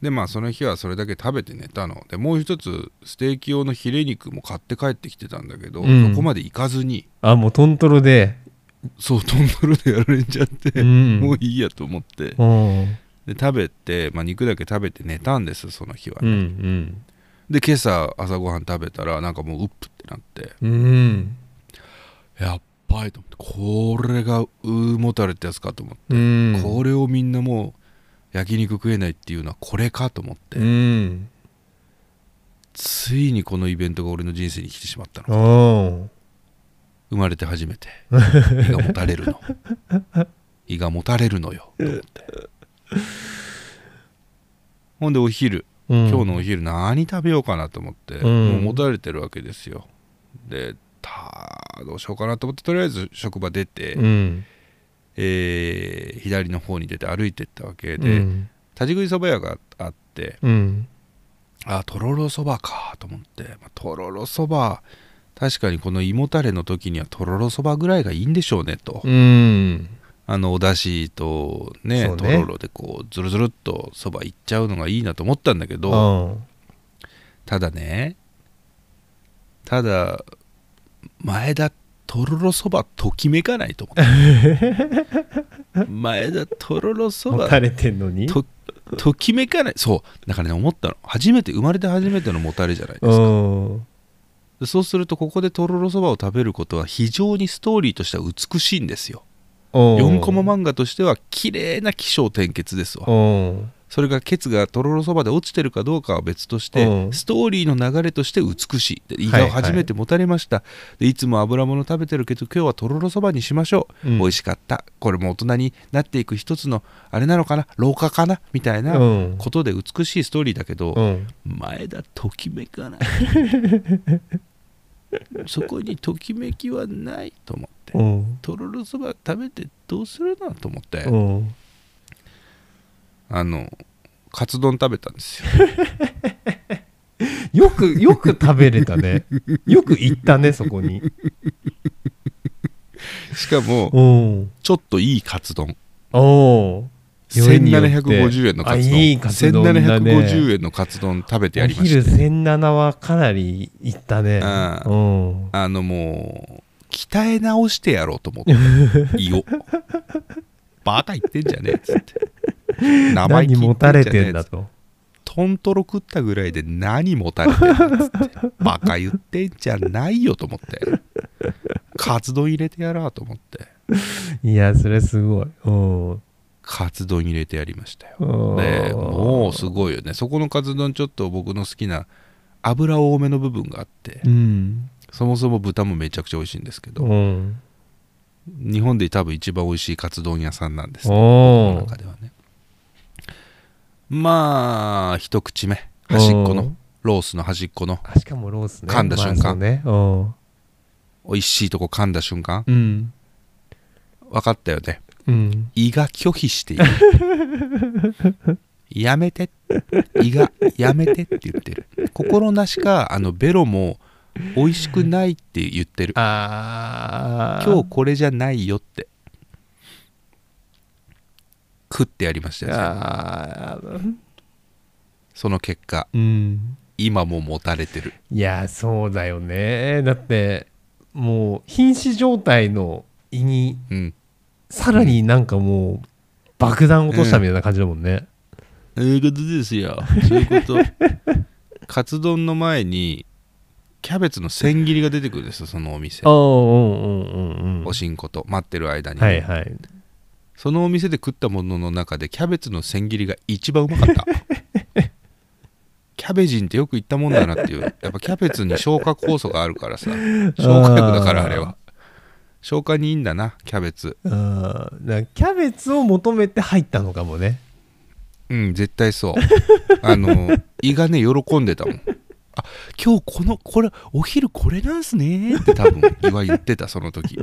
[SPEAKER 1] でまあその日はそれだけ食べて寝たのでもう一つステーキ用のヒレ肉も買って帰ってきてたんだけど、
[SPEAKER 2] うん
[SPEAKER 1] そこまで行かずに
[SPEAKER 2] あもうトントロで
[SPEAKER 1] そうトントロでやられちゃって、
[SPEAKER 2] うん
[SPEAKER 1] もういいやと思って
[SPEAKER 2] うん
[SPEAKER 1] で食べて、まあ、肉だけ食べて寝たんですその日は
[SPEAKER 2] う
[SPEAKER 1] ね、
[SPEAKER 2] ん
[SPEAKER 1] で今朝朝ごはん食べたらなんかもううっぷってなって
[SPEAKER 2] うんうん
[SPEAKER 1] やっばいと思ってこれがうもたれってやつかと思って、
[SPEAKER 2] うん
[SPEAKER 1] これをみんなもう焼肉食えないっていうのはこれかと思って、
[SPEAKER 2] うん
[SPEAKER 1] ついにこのイベントが俺の人生に来てしまったの
[SPEAKER 2] う
[SPEAKER 1] 生
[SPEAKER 2] ん
[SPEAKER 1] まれて初め て胃がもたれるの胃がもたれるのよと思ってほんでお昼
[SPEAKER 2] 今
[SPEAKER 1] 今日のお昼何食べようかなと思って、
[SPEAKER 2] うん
[SPEAKER 1] もうもたれてるわけですよでたどうしようかなと思ってとりあえず職場出て、
[SPEAKER 2] うん
[SPEAKER 1] えー左の方に出て歩いてったわけ
[SPEAKER 2] う
[SPEAKER 1] で、
[SPEAKER 2] ん
[SPEAKER 1] 立ち食いそば屋があって
[SPEAKER 2] うん
[SPEAKER 1] あとろろそばかと思って、まあとろろそば確かにこの胃もたれの時にはとろろそばぐらいがいいんでしょうねと、
[SPEAKER 2] うん
[SPEAKER 1] あのお出汁とね
[SPEAKER 2] そう
[SPEAKER 1] と
[SPEAKER 2] ね
[SPEAKER 1] ろろでこうずるずるっとそばいっちゃうのがいいなと思ったんだけど、
[SPEAKER 2] うん
[SPEAKER 1] ただねただ前田とろろそばときめかないと思 って前田とろろそ
[SPEAKER 2] も
[SPEAKER 1] ば
[SPEAKER 2] たれてんのに
[SPEAKER 1] とときめかないそうだからね思ったの初めて生まれて初めてのもたれじゃないです
[SPEAKER 2] う
[SPEAKER 1] か、
[SPEAKER 2] ん
[SPEAKER 1] でそうするとここでとろろそばを食べることは非常にストーリーとしては美しいんですよ4コマ漫画としては綺麗な起承転結ですわ
[SPEAKER 2] うん
[SPEAKER 1] それがケツがとろろそばで落ちてるかどうかは別として、
[SPEAKER 2] うん
[SPEAKER 1] ストーリーの流れとして美しいで胃
[SPEAKER 2] はい
[SPEAKER 1] が
[SPEAKER 2] はい
[SPEAKER 1] 初めてもたれました、でいつも油物食べてるけど今日はとろろそばにしましょう、
[SPEAKER 2] うん
[SPEAKER 1] 美味しかったこれも大人になっていく一つのあれなのかな老化かなみたいな
[SPEAKER 2] うん
[SPEAKER 1] ことで美しいストーリーだけど、
[SPEAKER 2] うん
[SPEAKER 1] 前田ときめか ないそこにときめきはないと思って、
[SPEAKER 2] うん
[SPEAKER 1] とろろそば食べてどうするのと思って、
[SPEAKER 2] うん
[SPEAKER 1] あのカツ丼食べたんですよ
[SPEAKER 2] よくよく食べれたねよく行ったねそこに
[SPEAKER 1] しかも
[SPEAKER 2] うん
[SPEAKER 1] ちょっといいカツ丼
[SPEAKER 2] おーよりによって
[SPEAKER 1] 1750円のカツ丼
[SPEAKER 2] あいいカツ丼だね
[SPEAKER 1] 1750円のカツ丼食べてや
[SPEAKER 2] お
[SPEAKER 1] りまし
[SPEAKER 2] 昼
[SPEAKER 1] た
[SPEAKER 2] 1007はかなり行ったね
[SPEAKER 1] う
[SPEAKER 2] うん
[SPEAKER 1] あのもう鍛え直してやろうと 思って胃をバカ言ってんじゃねえっつって生意気 言
[SPEAKER 2] 何も
[SPEAKER 1] っじゃ
[SPEAKER 2] た
[SPEAKER 1] ねえ
[SPEAKER 2] れてんだと
[SPEAKER 1] トントロ食ったぐらいで何もたれてんだっつってバカ言ってんじゃないよと思ってカツ丼入れてやろうと思って
[SPEAKER 2] いやそれすごいうん
[SPEAKER 1] カツ丼入れてやりましたよ
[SPEAKER 2] うん
[SPEAKER 1] でもうすごいよねそこのカツ丼ちょっと僕の好きな油多めの部分があって
[SPEAKER 2] うん
[SPEAKER 1] そもそも豚もめちゃくちゃ美味しいんですけど
[SPEAKER 2] うん
[SPEAKER 1] 日本で多分一番美味しいカツ丼屋さんなんです、この
[SPEAKER 2] お
[SPEAKER 1] 中ではねまあ一口目端っこ
[SPEAKER 2] う
[SPEAKER 1] の
[SPEAKER 2] ん
[SPEAKER 1] ロースの端っこの
[SPEAKER 2] あしかもロースね
[SPEAKER 1] 噛んだ瞬間
[SPEAKER 2] まあそうねうん
[SPEAKER 1] 美味しいとこ噛んだ瞬間
[SPEAKER 2] うん
[SPEAKER 1] 分かったよね
[SPEAKER 2] うん
[SPEAKER 1] 胃が拒否して いるやめて胃がやめてって言ってる心なしかあのベロも美味しくないって言ってる
[SPEAKER 2] ああ
[SPEAKER 1] 今日これじゃないよって食ってやりましたよ全部
[SPEAKER 2] あー
[SPEAKER 1] その結果
[SPEAKER 2] うん
[SPEAKER 1] 今も持たれてる
[SPEAKER 2] いやそうだよねだってもう瀕死状態の胃に
[SPEAKER 1] うん
[SPEAKER 2] さらになんかもう爆弾落としたみたいな感じだもんね、
[SPEAKER 1] そういうことですよそういうこと カツ丼の前にキャベツの千切りが出てくるんですよそのお店
[SPEAKER 2] ああうんうんうんうん
[SPEAKER 1] おしんこと待ってる間に、
[SPEAKER 2] はいはい
[SPEAKER 1] そのお店で食ったものの中でキャベツの千切りが一番うまかったキャベジンってよく言ったもんだなっていうやっぱキャベツに消化酵素があるからさ消化薬だからあれは消化にいいんだなキャベツ
[SPEAKER 2] あーなんかキャベツを求めて入ったのかもね
[SPEAKER 1] うん絶対そうあの胃がね喜んでたもんあ今日このこれお昼これなんすねって多分胃は言ってたその時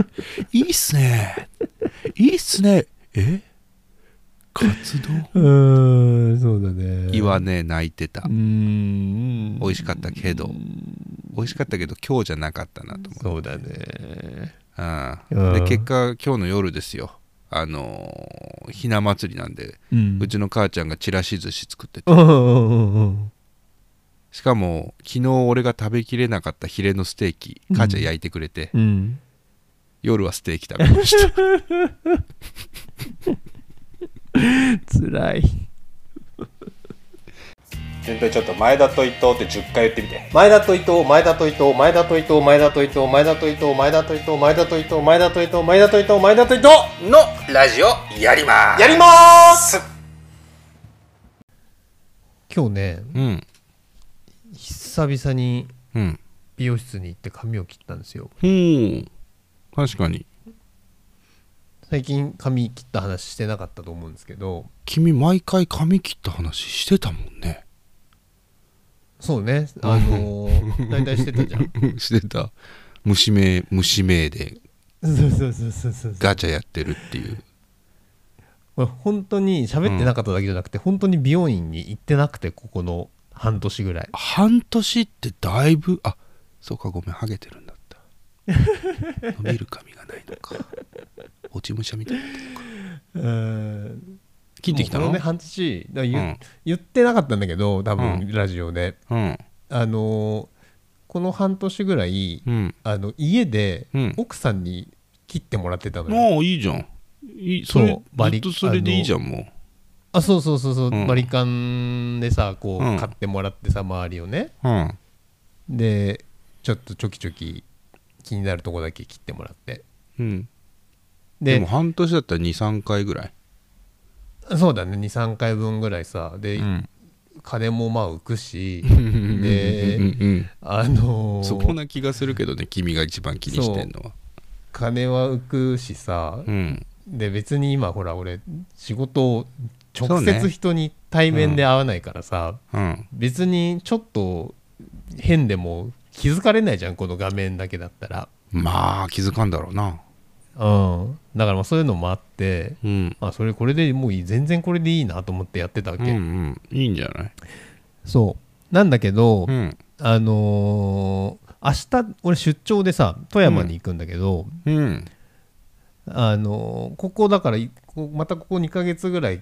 [SPEAKER 1] いいっすねいいっすねえカツ丼
[SPEAKER 2] うーんそうだね
[SPEAKER 1] 胃はね泣いてた
[SPEAKER 2] うーん
[SPEAKER 1] 美味しかったけど美味しかったけど今日じゃなかったなと思
[SPEAKER 2] そうだね
[SPEAKER 1] う、うん、で
[SPEAKER 2] うん
[SPEAKER 1] 結果今日の夜ですよあのーひな祭りなんで、
[SPEAKER 2] うん
[SPEAKER 1] うちの母ちゃんがちらし寿司作ってて
[SPEAKER 2] うんうんうんうん
[SPEAKER 1] しかも昨日俺が食べきれなかったヒレのステーキ母ちゃん焼いてくれて、
[SPEAKER 2] うん
[SPEAKER 1] 夜はステーキ食べました
[SPEAKER 2] つらい
[SPEAKER 1] 全体ちょっと前田と伊藤って10回言ってみて
[SPEAKER 2] 前田と伊藤前田と伊藤前田と伊藤前田と伊藤前田と伊藤前田と伊藤前田と伊藤前田と伊藤前田と伊藤前田と伊藤
[SPEAKER 1] のラジオやりま
[SPEAKER 2] やります今日ね
[SPEAKER 1] うん
[SPEAKER 2] 久々に
[SPEAKER 1] うん
[SPEAKER 2] 美容室に行って髪を切ったんですよ
[SPEAKER 1] ほう確かに
[SPEAKER 2] 最近髪切った話してなかったと思うんですけど
[SPEAKER 1] 君毎回髪切った話してたもんね
[SPEAKER 2] そうねあの ー、大体してたじゃん
[SPEAKER 1] してた虫名虫名で
[SPEAKER 2] そうそうそうそうそう
[SPEAKER 1] ガチャやってるっていう
[SPEAKER 2] これ本当に喋ってなかっただけじゃなくて、本当に美容院に行ってなくてここの半年ぐらい
[SPEAKER 1] 半年ってだいぶあそうかごめんハゲてるんだった 伸びる髪がないのか落ち武者みたいになってる
[SPEAKER 2] うん
[SPEAKER 1] 切ってきた
[SPEAKER 2] もう
[SPEAKER 1] の
[SPEAKER 2] こね半年だから言,、
[SPEAKER 1] うん
[SPEAKER 2] 言ってなかったんだけど多分、
[SPEAKER 1] うん
[SPEAKER 2] ラジオで
[SPEAKER 1] うん
[SPEAKER 2] あのーこの半年ぐらい、
[SPEAKER 1] うん
[SPEAKER 2] あの家で、
[SPEAKER 1] うん
[SPEAKER 2] 奥さんに切ってもらってたのよ
[SPEAKER 1] もういいじゃんいいそれ
[SPEAKER 2] そうバ
[SPEAKER 1] ず
[SPEAKER 2] リ
[SPEAKER 1] っとそれでいいじゃんも
[SPEAKER 2] あそうそうそうそう、
[SPEAKER 1] うん
[SPEAKER 2] バリカンでさこう、
[SPEAKER 1] うん
[SPEAKER 2] 買ってもらってさ周りをね
[SPEAKER 1] ううん
[SPEAKER 2] でちょっとちょきちょき気になるとこだけ切ってもらって
[SPEAKER 1] うん
[SPEAKER 2] で
[SPEAKER 1] でも半年だったら23回ぐらい
[SPEAKER 2] そうだね23回分ぐらいさで、
[SPEAKER 1] うん
[SPEAKER 2] 金もまあ浮 くし
[SPEAKER 1] うんう
[SPEAKER 2] で
[SPEAKER 1] ん
[SPEAKER 2] あ
[SPEAKER 1] う
[SPEAKER 2] の
[SPEAKER 1] ん
[SPEAKER 2] ー
[SPEAKER 1] そこな気がするけどね君が一番気にしてんのは
[SPEAKER 2] 金は浮くしさ
[SPEAKER 1] うん
[SPEAKER 2] で別に今ほら俺仕事を
[SPEAKER 1] そ
[SPEAKER 2] 直
[SPEAKER 1] うね
[SPEAKER 2] 接人に対面で会わないからさ、
[SPEAKER 1] うん
[SPEAKER 2] 別にちょっと変でも気づかれないじゃんこの画面だけだったら、
[SPEAKER 1] まあ気づかんだろうな
[SPEAKER 2] うん、だからまあそういうのもあって、
[SPEAKER 1] うん
[SPEAKER 2] まあ、それこれでもういい全然これでいいなと思ってやってたわ
[SPEAKER 1] う
[SPEAKER 2] け、
[SPEAKER 1] んうんいいんじゃない
[SPEAKER 2] そうなんだけど、
[SPEAKER 1] うん
[SPEAKER 2] あのー明日俺出張でさ富山に行くんだけど、
[SPEAKER 1] うん
[SPEAKER 2] あのーここだからいこまたここ2ヶ月ぐらい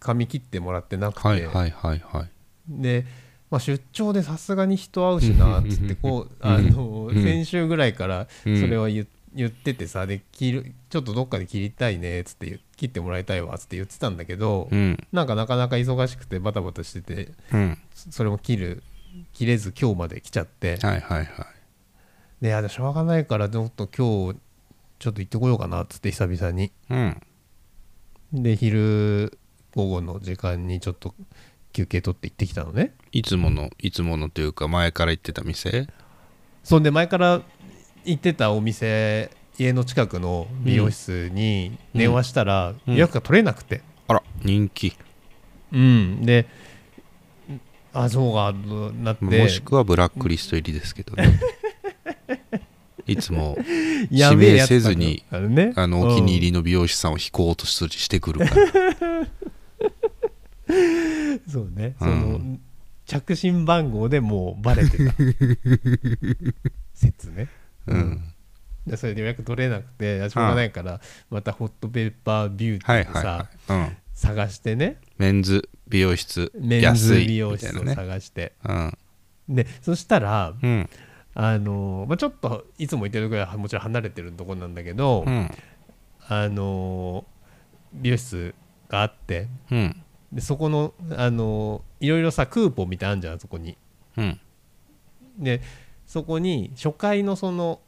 [SPEAKER 2] 髪切ってもらってなくて、
[SPEAKER 1] はいはいはいはい
[SPEAKER 2] で、まあ、出張でさすがに人会うし なっつってこう、あの
[SPEAKER 1] うん
[SPEAKER 2] ー先週ぐらいからそ
[SPEAKER 1] うん
[SPEAKER 2] れは言,、言っててさで切るちょっとどっかで切りたいねっつって言う切ってもらいたいわっつって言ってたんだけど、
[SPEAKER 1] うん
[SPEAKER 2] なんかなかなか忙しくてバタバタしてて
[SPEAKER 1] うん
[SPEAKER 2] そそれも切る切れず今日まで来ちゃって。
[SPEAKER 1] はいはいはい
[SPEAKER 2] であじゃあしょうがないからちょっと今日ちょっと行ってこようかなっつって久々に
[SPEAKER 1] うん
[SPEAKER 2] で昼午後の時間にちょっと休憩取って行ってきたのね
[SPEAKER 1] いつものいつものというか前から行ってた店
[SPEAKER 2] そんで前から行ってたお店家の近くの美容室に電話したら
[SPEAKER 1] うん
[SPEAKER 2] 予約が取れなくて
[SPEAKER 1] あら人気
[SPEAKER 2] うん、であそうかとなって
[SPEAKER 1] もしくはブラックリスト入りですけど ねいつも
[SPEAKER 2] やべえ
[SPEAKER 1] 指名
[SPEAKER 2] やつ
[SPEAKER 1] せずに
[SPEAKER 2] だからね
[SPEAKER 1] あのお気に入
[SPEAKER 2] り、
[SPEAKER 1] りの美容師さんを引こうとするしてくるから
[SPEAKER 2] うんそうね、
[SPEAKER 1] う
[SPEAKER 2] そ
[SPEAKER 1] ん
[SPEAKER 2] の着信番号でもうバ レてた説ね
[SPEAKER 1] うん
[SPEAKER 2] でそれで予約取れなくてあしょうがないからまたホットペーパービューテ
[SPEAKER 1] はい
[SPEAKER 2] ィーでさ、
[SPEAKER 1] はいはい、うん、
[SPEAKER 2] 探してね
[SPEAKER 1] メンズ美容室
[SPEAKER 2] メンズ
[SPEAKER 1] 安い
[SPEAKER 2] 美容
[SPEAKER 1] み
[SPEAKER 2] 室
[SPEAKER 1] たいな
[SPEAKER 2] を
[SPEAKER 1] ね
[SPEAKER 2] 探して、
[SPEAKER 1] うん
[SPEAKER 2] でそしたら
[SPEAKER 1] うん
[SPEAKER 2] あのまあ、ちょっといつも行ってるぐらいもちろん離れてるとこなんだけど、
[SPEAKER 1] うん
[SPEAKER 2] あの美容室があって
[SPEAKER 1] うん
[SPEAKER 2] でそこのあのいろいろさクーポンみたいなのあんじゃんそこに
[SPEAKER 1] うん
[SPEAKER 2] でそこに初回のその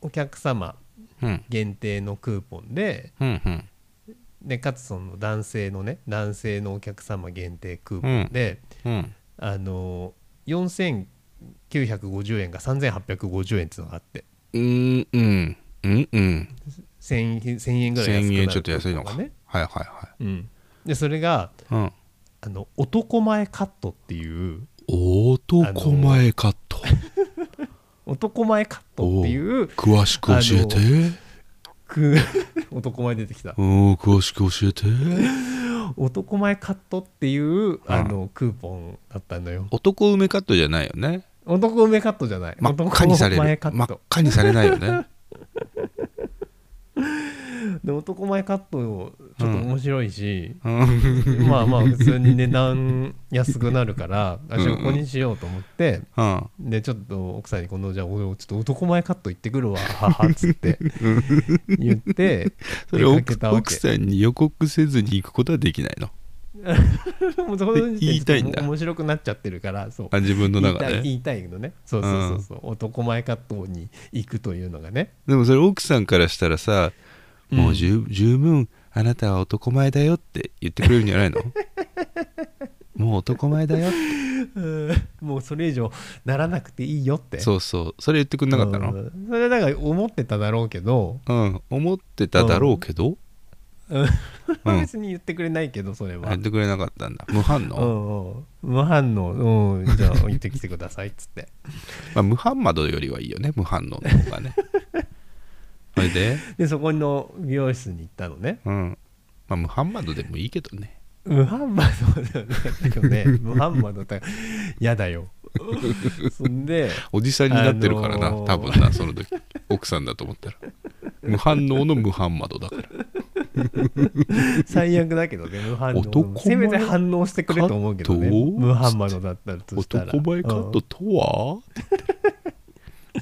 [SPEAKER 2] お客様
[SPEAKER 1] うん
[SPEAKER 2] 限定のクーポンで
[SPEAKER 1] うんうん
[SPEAKER 2] でかつその男性のね男性のお客様限定クーポンで、
[SPEAKER 1] うん
[SPEAKER 2] あの4950円が3850円っていうのがあって
[SPEAKER 1] うんうんうんうん
[SPEAKER 2] 1000, 1000円ぐらい安くな
[SPEAKER 1] 1000
[SPEAKER 2] る
[SPEAKER 1] 円ちょっと安いのか
[SPEAKER 2] ね、
[SPEAKER 1] はいはいは
[SPEAKER 2] うん、でそれが
[SPEAKER 1] いうん
[SPEAKER 2] あの男前カットっていう
[SPEAKER 1] 男前カット
[SPEAKER 2] 男前カットっていう
[SPEAKER 1] 詳しく教えて
[SPEAKER 2] く 男前出てきた
[SPEAKER 1] うん詳しく教えて
[SPEAKER 2] 男前カットっていうあのクーポンだったのよ
[SPEAKER 1] 男梅カットじゃないよね
[SPEAKER 2] 男梅カットじゃない
[SPEAKER 1] 真っ赤にされ
[SPEAKER 2] 男前
[SPEAKER 1] る
[SPEAKER 2] カ
[SPEAKER 1] 真
[SPEAKER 2] ッ
[SPEAKER 1] っ
[SPEAKER 2] ト
[SPEAKER 1] 赤にされないよね
[SPEAKER 2] で男前カットちょっと面白いし、
[SPEAKER 1] うん
[SPEAKER 2] まあまあ普通に値段安くなるから私
[SPEAKER 1] うん
[SPEAKER 2] ここにしようと思って
[SPEAKER 1] うん
[SPEAKER 2] でちょっと奥さんに今度じゃあ俺ちょっと男前カット行ってくるわははっつって言って
[SPEAKER 1] それ
[SPEAKER 2] 出かけ
[SPEAKER 1] 奥
[SPEAKER 2] たわ
[SPEAKER 1] 奥
[SPEAKER 2] け
[SPEAKER 1] さんに予告せずに行くことはできないの
[SPEAKER 2] もうその時点で
[SPEAKER 1] 言いたいんだ
[SPEAKER 2] ちょっと面白くなっちゃってるからそう
[SPEAKER 1] あ自分の
[SPEAKER 2] 言い
[SPEAKER 1] 中
[SPEAKER 2] たい
[SPEAKER 1] で
[SPEAKER 2] 言いたいのねそうそうそうそう、男前カットに行くというのがね
[SPEAKER 1] でもそれ奥さんからしたらさもう十十分あなたは男前だよって言ってくれるんじゃない のもう男前だよって
[SPEAKER 2] うんもうそれ以上ならなくていいよって
[SPEAKER 1] そうそうそれ言ってくんなかったの
[SPEAKER 2] うんそれなんか思ってただろうけど、
[SPEAKER 1] うん思ってただろうけど
[SPEAKER 2] うん
[SPEAKER 1] うん
[SPEAKER 2] 別に言ってくれないけどそれは、
[SPEAKER 1] 言ってくれなかったんだ無反
[SPEAKER 2] う
[SPEAKER 1] 応
[SPEAKER 2] んうん無反応、うん、じゃあ行ってきてくださいっつって
[SPEAKER 1] まあ無反マドよりはいいよね無反応の方が ねそれで
[SPEAKER 2] でそこの美容室に行ったのね
[SPEAKER 1] うんまあムハンマドでもいいけどね
[SPEAKER 2] ムハンマドだよねだけ どねムハンマドだったら嫌だよそんで
[SPEAKER 1] おじさんになってるからな、
[SPEAKER 2] あのー
[SPEAKER 1] 多分なその時奥さんだと思ったら無反応のムハンマドだから
[SPEAKER 2] 最悪だけどね無反応
[SPEAKER 1] 男前
[SPEAKER 2] せめて反応してくれと思うけどね
[SPEAKER 1] カット
[SPEAKER 2] 無反応だったらとしたら
[SPEAKER 1] 男前カットとはって言って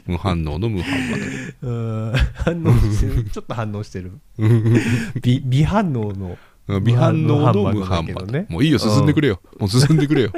[SPEAKER 1] 無反応のムハンマド
[SPEAKER 2] うんうん反応してるちょっと反 応してる微微反応の
[SPEAKER 1] 微反応のムハン
[SPEAKER 2] ムハンマ
[SPEAKER 1] マ
[SPEAKER 2] ドだけど
[SPEAKER 1] ド
[SPEAKER 2] ね
[SPEAKER 1] もういいよ進んでくれよもう進んでく れよ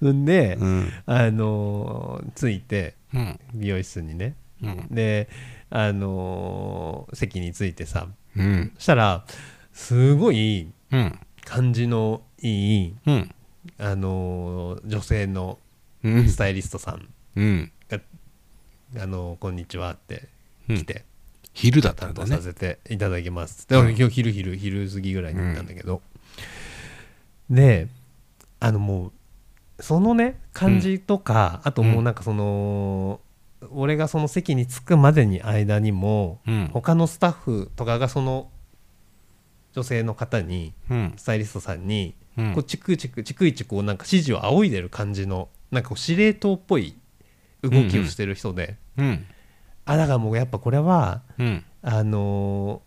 [SPEAKER 2] そんで、
[SPEAKER 1] うん
[SPEAKER 2] あのーついて
[SPEAKER 1] うん
[SPEAKER 2] 美容室にね
[SPEAKER 1] うん
[SPEAKER 2] であのー席についてさ
[SPEAKER 1] うん
[SPEAKER 2] そしたらすごい
[SPEAKER 1] うん
[SPEAKER 2] 感じのいい、
[SPEAKER 1] うん
[SPEAKER 2] あのー女性の
[SPEAKER 1] うん
[SPEAKER 2] スタイリストさん
[SPEAKER 1] うん
[SPEAKER 2] が「あのーこんにちは」って
[SPEAKER 1] うん
[SPEAKER 2] 来て、
[SPEAKER 1] 昼だった
[SPEAKER 2] 担
[SPEAKER 1] んだ
[SPEAKER 2] 当さ
[SPEAKER 1] ね
[SPEAKER 2] せていただきますっつって、俺今日昼昼昼過ぎぐらいに行ったんだけど、であのもうそのね感じとか、あともうなんかその、俺がその席に着くまでに間にも、
[SPEAKER 1] うん
[SPEAKER 2] 他のスタッフとかがその女性の方に
[SPEAKER 1] うん
[SPEAKER 2] スタイリストさんに、
[SPEAKER 1] うん
[SPEAKER 2] こうチクチクチクイチこうなんか指示を仰いでる感じのなんかこう司令塔っぽい動きをしてる人で、
[SPEAKER 1] うん
[SPEAKER 2] あだからもうやっぱこれは
[SPEAKER 1] うん
[SPEAKER 2] あのー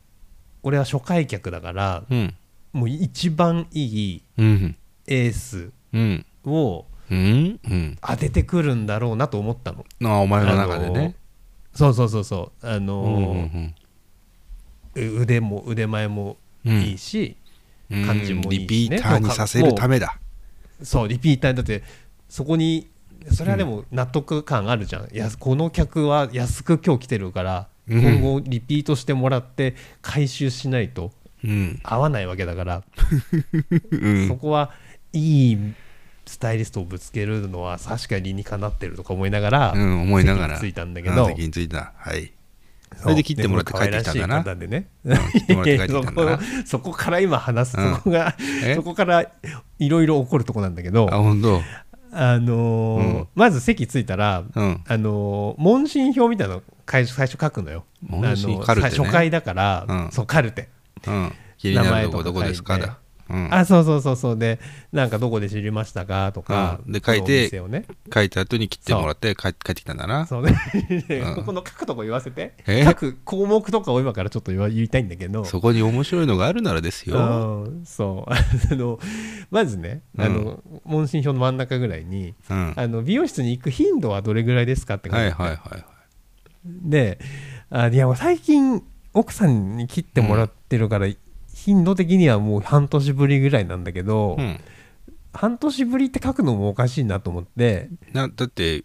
[SPEAKER 2] 俺は初回客だから
[SPEAKER 1] うん
[SPEAKER 2] もう一番いい
[SPEAKER 1] うん
[SPEAKER 2] エース
[SPEAKER 1] うん
[SPEAKER 2] を
[SPEAKER 1] うんうん
[SPEAKER 2] 当ててくるんだろうなと思ったの。
[SPEAKER 1] あお前の中で
[SPEAKER 2] あのー
[SPEAKER 1] ね、
[SPEAKER 2] そうそうそうそう。あ
[SPEAKER 1] う
[SPEAKER 2] の
[SPEAKER 1] ん
[SPEAKER 2] ーう腕も腕前もいいし、
[SPEAKER 1] うん
[SPEAKER 2] 感じもいいしね
[SPEAKER 1] リピーターにさせるためだ
[SPEAKER 2] そうリピーターだってそこにそれはでも納得感あるじゃん、いやこの客は安く今日来てるから、
[SPEAKER 1] うん
[SPEAKER 2] 今後リピートしてもらって回収しないと
[SPEAKER 1] うん
[SPEAKER 2] 合わないわけだから。
[SPEAKER 1] うん
[SPEAKER 2] そこはいいスタイリストをぶつけるのは確かに理にかなってるとか思いながら、
[SPEAKER 1] うん思いながら
[SPEAKER 2] 席に着いたんだけど
[SPEAKER 1] あ席に着いたはい
[SPEAKER 2] そう
[SPEAKER 1] それで切ってもらって帰ってきたんだな
[SPEAKER 2] で可愛らしい方でね
[SPEAKER 1] 切ってもらって帰ってきたんだ な
[SPEAKER 2] そこそこから今話す、
[SPEAKER 1] うん
[SPEAKER 2] そこが
[SPEAKER 1] え
[SPEAKER 2] そこからいろいろ起こるとこなんだけど
[SPEAKER 1] あ本当
[SPEAKER 2] あのー
[SPEAKER 1] うん
[SPEAKER 2] まず席着いたら、
[SPEAKER 1] うん
[SPEAKER 2] あのー問診票みたいなの最初最初書くのよ
[SPEAKER 1] 問診
[SPEAKER 2] あの
[SPEAKER 1] カルテね
[SPEAKER 2] さ初回だから、
[SPEAKER 1] うん
[SPEAKER 2] そうカルテ
[SPEAKER 1] うん気に
[SPEAKER 2] 名
[SPEAKER 1] なる
[SPEAKER 2] 前
[SPEAKER 1] と
[SPEAKER 2] と
[SPEAKER 1] こ
[SPEAKER 2] か
[SPEAKER 1] どこです
[SPEAKER 2] 書
[SPEAKER 1] か
[SPEAKER 2] いて
[SPEAKER 1] だうん
[SPEAKER 2] あそうそうそうそうでなんかどこで知りましたかとか、
[SPEAKER 1] うんで書いて
[SPEAKER 2] お店をね
[SPEAKER 1] 書いた後に切ってもらって帰帰ってきたんだな
[SPEAKER 2] そうね、
[SPEAKER 1] うん
[SPEAKER 2] ここの書くとこ言わせて
[SPEAKER 1] え
[SPEAKER 2] 書く項目とかを今からちょっと言わ言いたいんだけど
[SPEAKER 1] そこに面白いのがあるならですよ、
[SPEAKER 2] うんそう あのまずねあの、問診票の真ん中ぐらいに
[SPEAKER 1] うん、はい
[SPEAKER 2] あの美容室に行く頻度はどれぐらいですかって書いてあ
[SPEAKER 1] は
[SPEAKER 2] っ
[SPEAKER 1] い
[SPEAKER 2] て
[SPEAKER 1] はいはい
[SPEAKER 2] であいや最近奥さんに切ってもらってるから、頻度的にはもう半年ぶりぐらいなんだけど、
[SPEAKER 1] うん
[SPEAKER 2] 半年ぶりって書くのもおかしいなと思って
[SPEAKER 1] なだって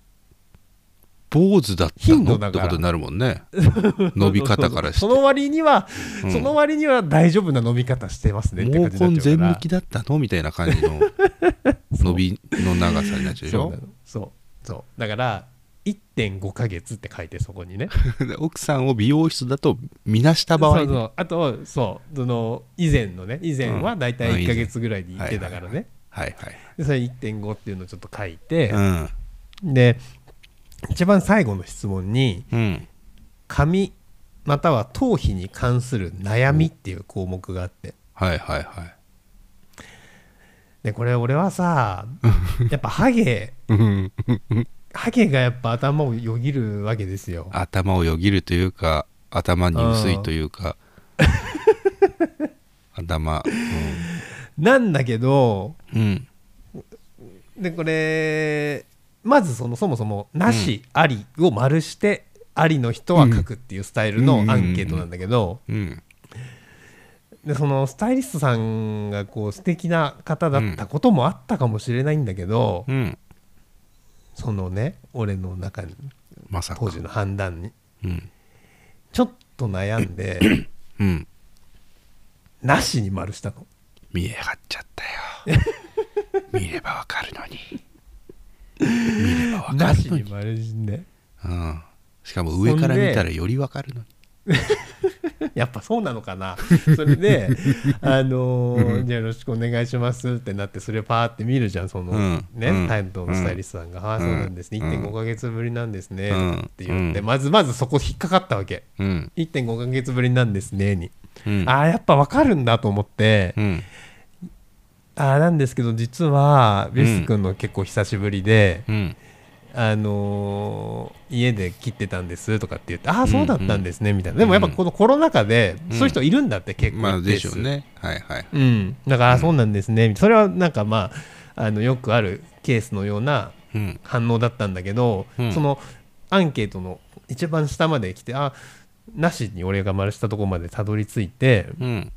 [SPEAKER 1] 坊主だった
[SPEAKER 2] 頻
[SPEAKER 1] の
[SPEAKER 2] 度
[SPEAKER 1] っ
[SPEAKER 2] だ
[SPEAKER 1] て
[SPEAKER 2] か
[SPEAKER 1] こ
[SPEAKER 2] ら
[SPEAKER 1] とになるもん ね伸び方からし
[SPEAKER 2] そ
[SPEAKER 1] て
[SPEAKER 2] の割には、
[SPEAKER 1] うん
[SPEAKER 2] その割には大丈夫な飲み方してますねって感じ
[SPEAKER 1] 毛
[SPEAKER 2] に
[SPEAKER 1] 根
[SPEAKER 2] なっちゃう
[SPEAKER 1] 全
[SPEAKER 2] から
[SPEAKER 1] 抜きだったのみたいな感じ の伸びの長さになっちゃうでし
[SPEAKER 2] そう
[SPEAKER 1] ょ
[SPEAKER 2] なのそうそうだから1.5ヶ月って書いてそこにね
[SPEAKER 1] で 奥さんを美容室だと見なした場
[SPEAKER 2] そ
[SPEAKER 1] 合
[SPEAKER 2] うそうあとそうその以前のね以前は大体
[SPEAKER 1] うん
[SPEAKER 2] 1ヶ月ぐらいで行ってたからね
[SPEAKER 1] はいはい、
[SPEAKER 2] でそれ1.5っていうのをちょっと書いて、
[SPEAKER 1] うん
[SPEAKER 2] で一番最後の質問に
[SPEAKER 1] うん
[SPEAKER 2] 髪または頭皮に関する悩みっていう項目があって
[SPEAKER 1] はいはいはい
[SPEAKER 2] でこれ俺はさやっぱハゲ
[SPEAKER 1] うん
[SPEAKER 2] ハゲがやっぱ頭をよぎるわけですよ
[SPEAKER 1] 頭をよぎるというか頭に薄いというか頭
[SPEAKER 2] なんだけど
[SPEAKER 1] うん、うん
[SPEAKER 2] でこれまずそのそもそも「なし」あり」を丸して「あり」の人は書くっていうスタイルの
[SPEAKER 1] うん
[SPEAKER 2] アンケートなんだけど
[SPEAKER 1] うん
[SPEAKER 2] でそのスタイリストさんがこう素敵な方だったこともあったかもしれないんだけど
[SPEAKER 1] うん
[SPEAKER 2] そのね俺の中に
[SPEAKER 1] まさか
[SPEAKER 2] 当時の判断に
[SPEAKER 1] うん
[SPEAKER 2] ちょっと悩 んで
[SPEAKER 1] うん
[SPEAKER 2] なしに丸したの
[SPEAKER 1] 見え張っちゃ ったよ見ればわかるのに見ればわかる
[SPEAKER 2] なしに丸して
[SPEAKER 1] うんしかも上から見たらよりわかるのに
[SPEAKER 2] やっぱそうなのかなそ れで「あのーじゃあよろしくお願いします」ってなってそれをパーって見るじゃんその、
[SPEAKER 1] うんう
[SPEAKER 2] ね
[SPEAKER 1] ん
[SPEAKER 2] タイトのスタイリストさんが「ああそうなんですね
[SPEAKER 1] うん
[SPEAKER 2] 1.5ヶ月ぶりなんですね」
[SPEAKER 1] うん
[SPEAKER 2] って言って、
[SPEAKER 1] うん
[SPEAKER 2] まずまずそこ引っかかったわけ
[SPEAKER 1] うん
[SPEAKER 2] 「1.5ヶ月ぶりなんですね」に、
[SPEAKER 1] うん
[SPEAKER 2] ああやっぱ分かるんだと思って、
[SPEAKER 1] うん
[SPEAKER 2] ああなんですけど実はビス君の結構久しぶりで。
[SPEAKER 1] うん
[SPEAKER 2] あのー家で切ってたんですとかって言ってああそうだったんですねみたいな、でもやっぱこのコロナ禍でそういう人いるんだって結構
[SPEAKER 1] まあ
[SPEAKER 2] 一定
[SPEAKER 1] でし
[SPEAKER 2] 数
[SPEAKER 1] ょうねはいはい
[SPEAKER 2] うん、だからあそうなんですね、それはなんかまああのよくあるケースのような
[SPEAKER 1] うん
[SPEAKER 2] 反応だったんだけど、
[SPEAKER 1] うん
[SPEAKER 2] そのアンケートの一番下まで来てあなしに俺が丸したとこまでたどり着いて
[SPEAKER 1] うん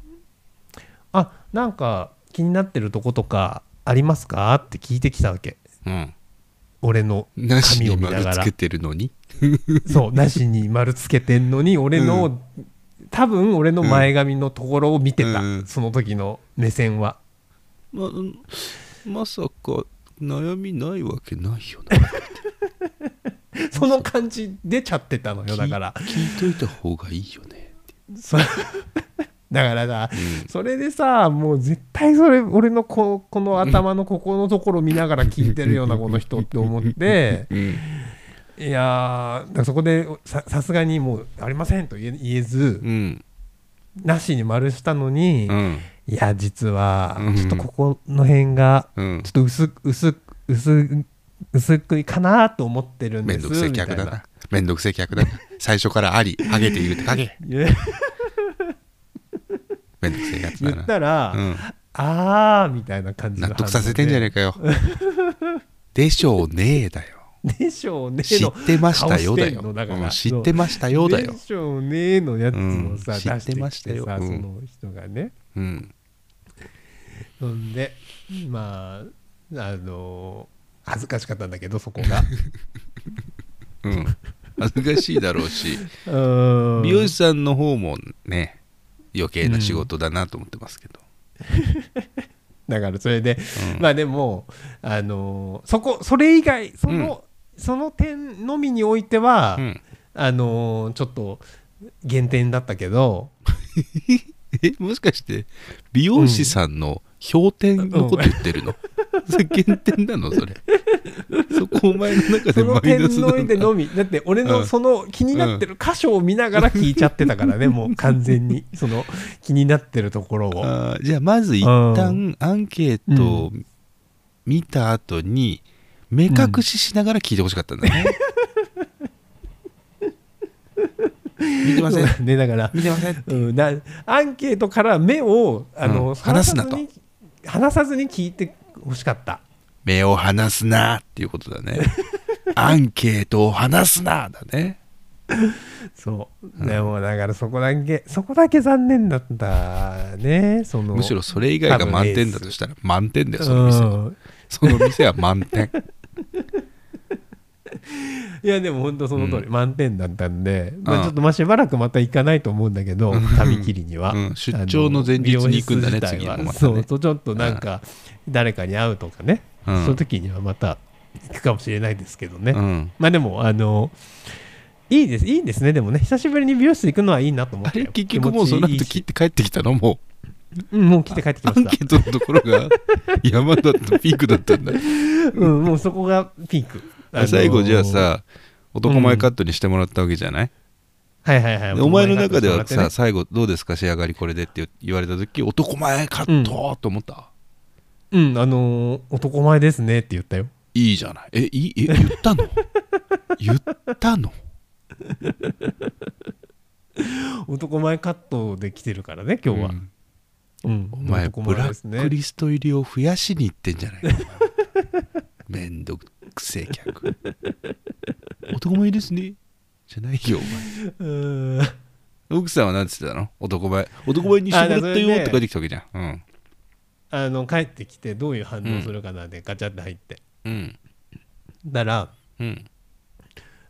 [SPEAKER 2] あなんか気になってるとことかありますかって聞いてきたわけ
[SPEAKER 1] うん
[SPEAKER 2] 俺の
[SPEAKER 1] なし
[SPEAKER 2] 髪を
[SPEAKER 1] に
[SPEAKER 2] 見な
[SPEAKER 1] 丸
[SPEAKER 2] が
[SPEAKER 1] つ
[SPEAKER 2] ら
[SPEAKER 1] けてるのに
[SPEAKER 2] そうなしに丸つけてんのに俺の、
[SPEAKER 1] う
[SPEAKER 2] 多分俺の前髪のところを見てた、
[SPEAKER 1] うん
[SPEAKER 2] その時の目 線は。
[SPEAKER 1] まうんまさか悩みないわけないよ な
[SPEAKER 2] その感じ出ちゃってたのよだから
[SPEAKER 1] 聞いといた方がいいよね
[SPEAKER 2] そ だからさ、それでさもう絶対それ俺のここの頭のここのところ見ながら聞いてるようなこの人って思 って
[SPEAKER 1] うん
[SPEAKER 2] いやーだからそこでささすがにもうありませんと言え言えず、
[SPEAKER 1] うん
[SPEAKER 2] なしに丸したのに、
[SPEAKER 1] うん
[SPEAKER 2] いや実は
[SPEAKER 1] うん
[SPEAKER 2] ちょっとここの辺が
[SPEAKER 1] うん
[SPEAKER 2] ちょっと薄く薄く薄く薄くいかなと思ってるん
[SPEAKER 1] め
[SPEAKER 2] で
[SPEAKER 1] ん
[SPEAKER 2] す
[SPEAKER 1] どくせえ客
[SPEAKER 2] みた
[SPEAKER 1] だ
[SPEAKER 2] い
[SPEAKER 1] なめんどくせえ客だな最初からありハゲているって ハゲ
[SPEAKER 2] いや
[SPEAKER 1] めんどくせえやつ
[SPEAKER 2] 言
[SPEAKER 1] だ
[SPEAKER 2] っ
[SPEAKER 1] な
[SPEAKER 2] たら、
[SPEAKER 1] うん
[SPEAKER 2] あーみたいな感じの
[SPEAKER 1] 納得させてんじゃねえ
[SPEAKER 2] か
[SPEAKER 1] かよでしょうねえだよ
[SPEAKER 2] でしょうね
[SPEAKER 1] 知
[SPEAKER 2] の
[SPEAKER 1] ってましたよだ
[SPEAKER 2] 顔して
[SPEAKER 1] よ
[SPEAKER 2] んのだから
[SPEAKER 1] うん知ってましたよだよ
[SPEAKER 2] でしょうねのやつをさ、
[SPEAKER 1] うん
[SPEAKER 2] 出し
[SPEAKER 1] 知っ
[SPEAKER 2] て
[SPEAKER 1] てま
[SPEAKER 2] き
[SPEAKER 1] した
[SPEAKER 2] て
[SPEAKER 1] よ
[SPEAKER 2] さ、
[SPEAKER 1] うん
[SPEAKER 2] その人がね
[SPEAKER 1] うん
[SPEAKER 2] そんでまああの恥ずかしかったんだけどそこ が
[SPEAKER 1] うん恥ずかしいだろうし
[SPEAKER 2] うーん
[SPEAKER 1] 美容師さんの方もね余計な仕事だなと思ってますけど、
[SPEAKER 2] だからそれで、
[SPEAKER 1] うん
[SPEAKER 2] まあでもあのそこそれ以外その、その点のみにおいては、
[SPEAKER 1] うん
[SPEAKER 2] あのちょっと減点だったけど
[SPEAKER 1] えもしかして美容師さんの評点のこと言ってるの、それ減点なのそれそこお前の中で
[SPEAKER 2] その
[SPEAKER 1] マイ
[SPEAKER 2] 点
[SPEAKER 1] ナスな
[SPEAKER 2] のいで
[SPEAKER 1] んだ
[SPEAKER 2] のみだって俺
[SPEAKER 1] う
[SPEAKER 2] の
[SPEAKER 1] ん
[SPEAKER 2] その気になってる箇所を見ながら聞いちゃってたからね、もう完全にその気になってるところを
[SPEAKER 1] あーじゃあまず一旦アンケートを見た後に目隠ししながら聞いてほしかったんだね、 見てません
[SPEAKER 2] ねだから
[SPEAKER 1] 見てません
[SPEAKER 2] うん、なアンケートから目をあの、
[SPEAKER 1] うん離すな
[SPEAKER 2] ずに離さずに聞いてほしかった
[SPEAKER 1] 目を離すなっていうことだねアンケートを離すなだね
[SPEAKER 2] そう、でもだからそこだけそこだけ残念だったねその
[SPEAKER 1] むしろそれ以外が満点だとしたら満点だよその店は
[SPEAKER 2] うん
[SPEAKER 1] その店は満 点
[SPEAKER 2] いやでも本当その通り、
[SPEAKER 1] う
[SPEAKER 2] 満点だったんで、ま
[SPEAKER 1] う
[SPEAKER 2] あ、
[SPEAKER 1] ん
[SPEAKER 2] ちょっとまあしばらくまた行かないと思うんだけど、旅切りには、
[SPEAKER 1] うん出張の前日に行くんだね
[SPEAKER 2] 美容室自体は
[SPEAKER 1] 次のまたね
[SPEAKER 2] そうとちょっとなんか誰かに会うとかね、
[SPEAKER 1] うん
[SPEAKER 2] そういう時にはまた行くかもしれないですけどね、
[SPEAKER 1] うん
[SPEAKER 2] まあでもあのいいですいいですねでもね久しぶりに美容室行くのはいいなと思
[SPEAKER 1] あ
[SPEAKER 2] って
[SPEAKER 1] れ結局もうその後切って帰ってきたのも
[SPEAKER 2] うんもう来て帰ってき
[SPEAKER 1] うア
[SPEAKER 2] ま
[SPEAKER 1] ン
[SPEAKER 2] し
[SPEAKER 1] ケ
[SPEAKER 2] た
[SPEAKER 1] ートのところが山だったピークだったんだ
[SPEAKER 2] うんもうそこがピーク、あのー
[SPEAKER 1] 最後じゃあさ男前カットにしてもらったわけじゃない、
[SPEAKER 2] はいはいはい
[SPEAKER 1] でお前の中ではさ
[SPEAKER 2] 男前カットしてもらってね
[SPEAKER 1] 最後どうですか仕上がりこれでって言われた時男前カットと思った、
[SPEAKER 2] うんあのー男前ですねって言ったよ
[SPEAKER 1] いいじゃない。え、いいえ、言った の言ったの
[SPEAKER 2] 男前カットで来てるからね今日は、
[SPEAKER 1] うん
[SPEAKER 2] うん
[SPEAKER 1] お前、
[SPEAKER 2] 男
[SPEAKER 1] ブ
[SPEAKER 2] 前
[SPEAKER 1] ラ
[SPEAKER 2] です
[SPEAKER 1] ックリスト入りを増やしに行ってんじゃ ないか。お前めんどくせえ客。男前ですね。じゃないよ、お前。
[SPEAKER 2] うーん
[SPEAKER 1] 奥さんは何つってたの男前。男前にしてもらったよって帰ってきたわけじゃん。
[SPEAKER 2] あの帰ってきてどういう反応するかなでガチャって入って、
[SPEAKER 1] うん。うん。
[SPEAKER 2] だから
[SPEAKER 1] うん。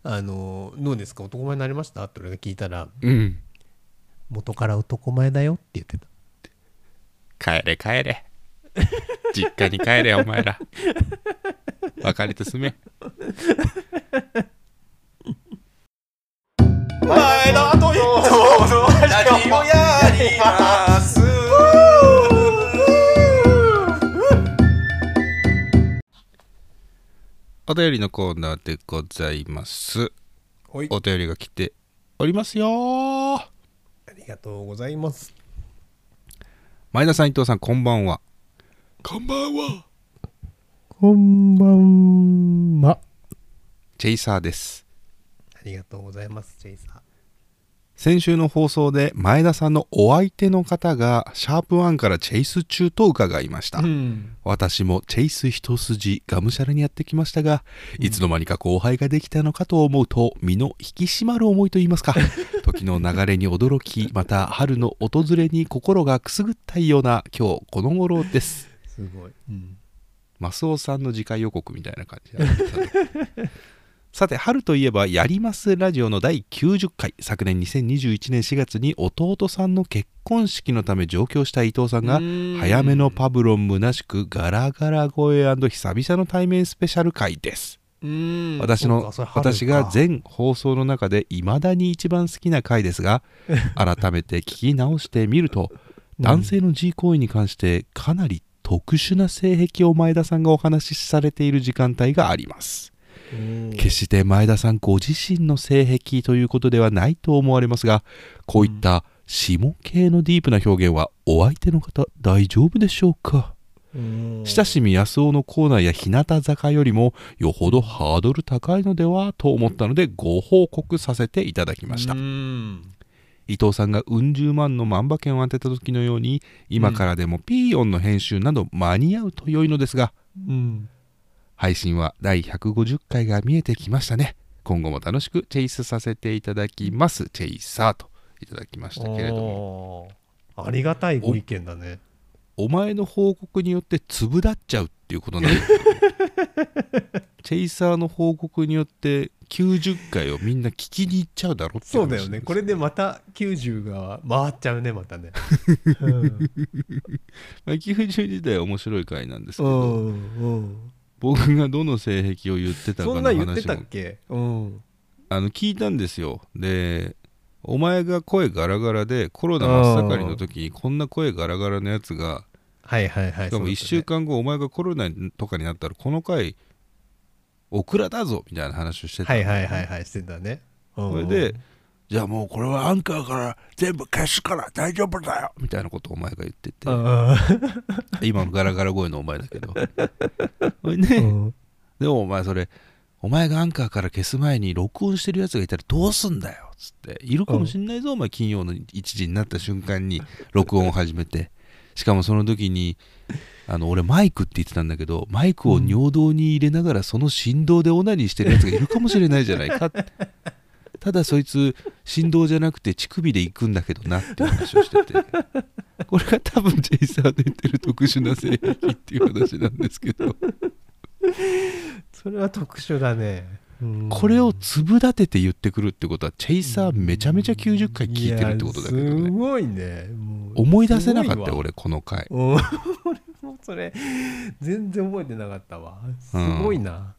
[SPEAKER 2] あのーどうですか男前になりましたって俺が聞いたら
[SPEAKER 1] うん。
[SPEAKER 2] 元から男前だよって言ってた
[SPEAKER 1] 帰れ帰れ。実家に帰れ、お前ら。別れて住め。
[SPEAKER 3] 前田と伊藤のラジオやります
[SPEAKER 1] お便りのコーナーでございます。
[SPEAKER 2] ほい
[SPEAKER 1] お便りが来ておりますよー
[SPEAKER 2] ありがとうございます
[SPEAKER 1] 前田さん伊藤さんこんばんはこんばんは
[SPEAKER 2] こんばんは。
[SPEAKER 1] チェイサーです
[SPEAKER 2] ありがとうございます、チェイサー。
[SPEAKER 1] 先週の放送で前田さんのお相手の方がシャープワンからチェイス中と伺いました、
[SPEAKER 2] ん。
[SPEAKER 1] 私もチェイス一筋がむしゃらにやってきましたがいつの間にか後輩ができたのかと思うと身の引き締まる思いといいますか 時の流れに驚きまた春の訪れに心がくすぐったいような今日この頃です
[SPEAKER 2] すごい。うん。
[SPEAKER 1] マスオさんの次回予告みたいな感じだねさて春といえば「やりますラジオ」の第90回昨年2021年4月に弟さんの結婚式のため上京した伊藤さんが早めのパブロン虚しくガラガラ声久々の対面スペシャル回です
[SPEAKER 2] うん
[SPEAKER 1] 私の私が全放送の中でいまだに一番好きな回です が改めて聞き直してみると男性の G 行為に関してかなり特殊な性癖を前田さんがお話しされている時間帯があります決して前田さんご自身の性癖ということではないと思われますがこういった下系のディープな表現はお相手の方大丈夫でしょうか親しみ安男のコーナーや日向坂よりもよほどハードル高いのではと思ったのでご報告させていただきました、
[SPEAKER 2] うん。
[SPEAKER 1] 伊藤さんがうん十万の万馬券を当てた時のように今からでもピーヨンの編集など間に合うと良いのですが
[SPEAKER 2] うん。
[SPEAKER 1] 配信は第150回が見えてきましたね今後も楽しくチェイスさせていただきますチェイサーといただきましたけれども
[SPEAKER 2] も。ありがたいご意見だね。
[SPEAKER 1] お前の報告によって粒立っちゃうっていうこと なんだチェイサーの報告によって90回をみんな聞きに行っちゃうだろって
[SPEAKER 2] そうだよね。これで
[SPEAKER 1] も、
[SPEAKER 2] また90が回っちゃうね、またね。うん
[SPEAKER 1] まあ、90自体は面白い回なんですけ
[SPEAKER 2] う
[SPEAKER 1] ど
[SPEAKER 2] ん。うん
[SPEAKER 1] 僕がどの性癖を言ってたか
[SPEAKER 2] そ
[SPEAKER 1] の
[SPEAKER 2] ん
[SPEAKER 1] 話も
[SPEAKER 2] な言ってたっけうん。
[SPEAKER 1] あの聞いたんですよでお前が声ガラガラでコロナ真っ盛りの時にこんな声ガラガラのやつが
[SPEAKER 2] はいはいはい
[SPEAKER 1] しかも1週間後お前がコロナとかになったらこの回オクラだぞみたいな話をしてた
[SPEAKER 2] はいはいはいはいしてたねうん
[SPEAKER 1] それでじゃあもうこれはアンカーから全部消すから大丈夫だよみたいなことをお前が言ってて
[SPEAKER 2] うん
[SPEAKER 1] 今のガラガラ声のお前だ けどそれで
[SPEAKER 2] うん
[SPEAKER 1] でもお前それお前がアンカーから消す前に録音してるやつがいたらどうすんだよっつっているかもしんないぞお前金曜の1時になった瞬間に録音を始めてしかもその時にあの俺マイクって言ってたんだけどマイクを尿道に入れながらその振動でオナニーしてるやつがいるかもしれないじゃないかってただそいつ振動じゃなくて乳首で行くんだけどなって話をしててこれが多分ジェイサーで言ってる特殊な性癖っていう話なんですけど
[SPEAKER 2] それは特殊だねうん
[SPEAKER 1] これを粒立てて言ってくるってことはチェイサーめちゃめちゃ90回聞いてるってことだけど
[SPEAKER 2] いやす
[SPEAKER 1] ね
[SPEAKER 2] ごいねもう
[SPEAKER 1] 思い出せなかったよ
[SPEAKER 2] す
[SPEAKER 1] 俺この回
[SPEAKER 2] ごいわうん 俺もそれ全然覚えてなかったわすごいな、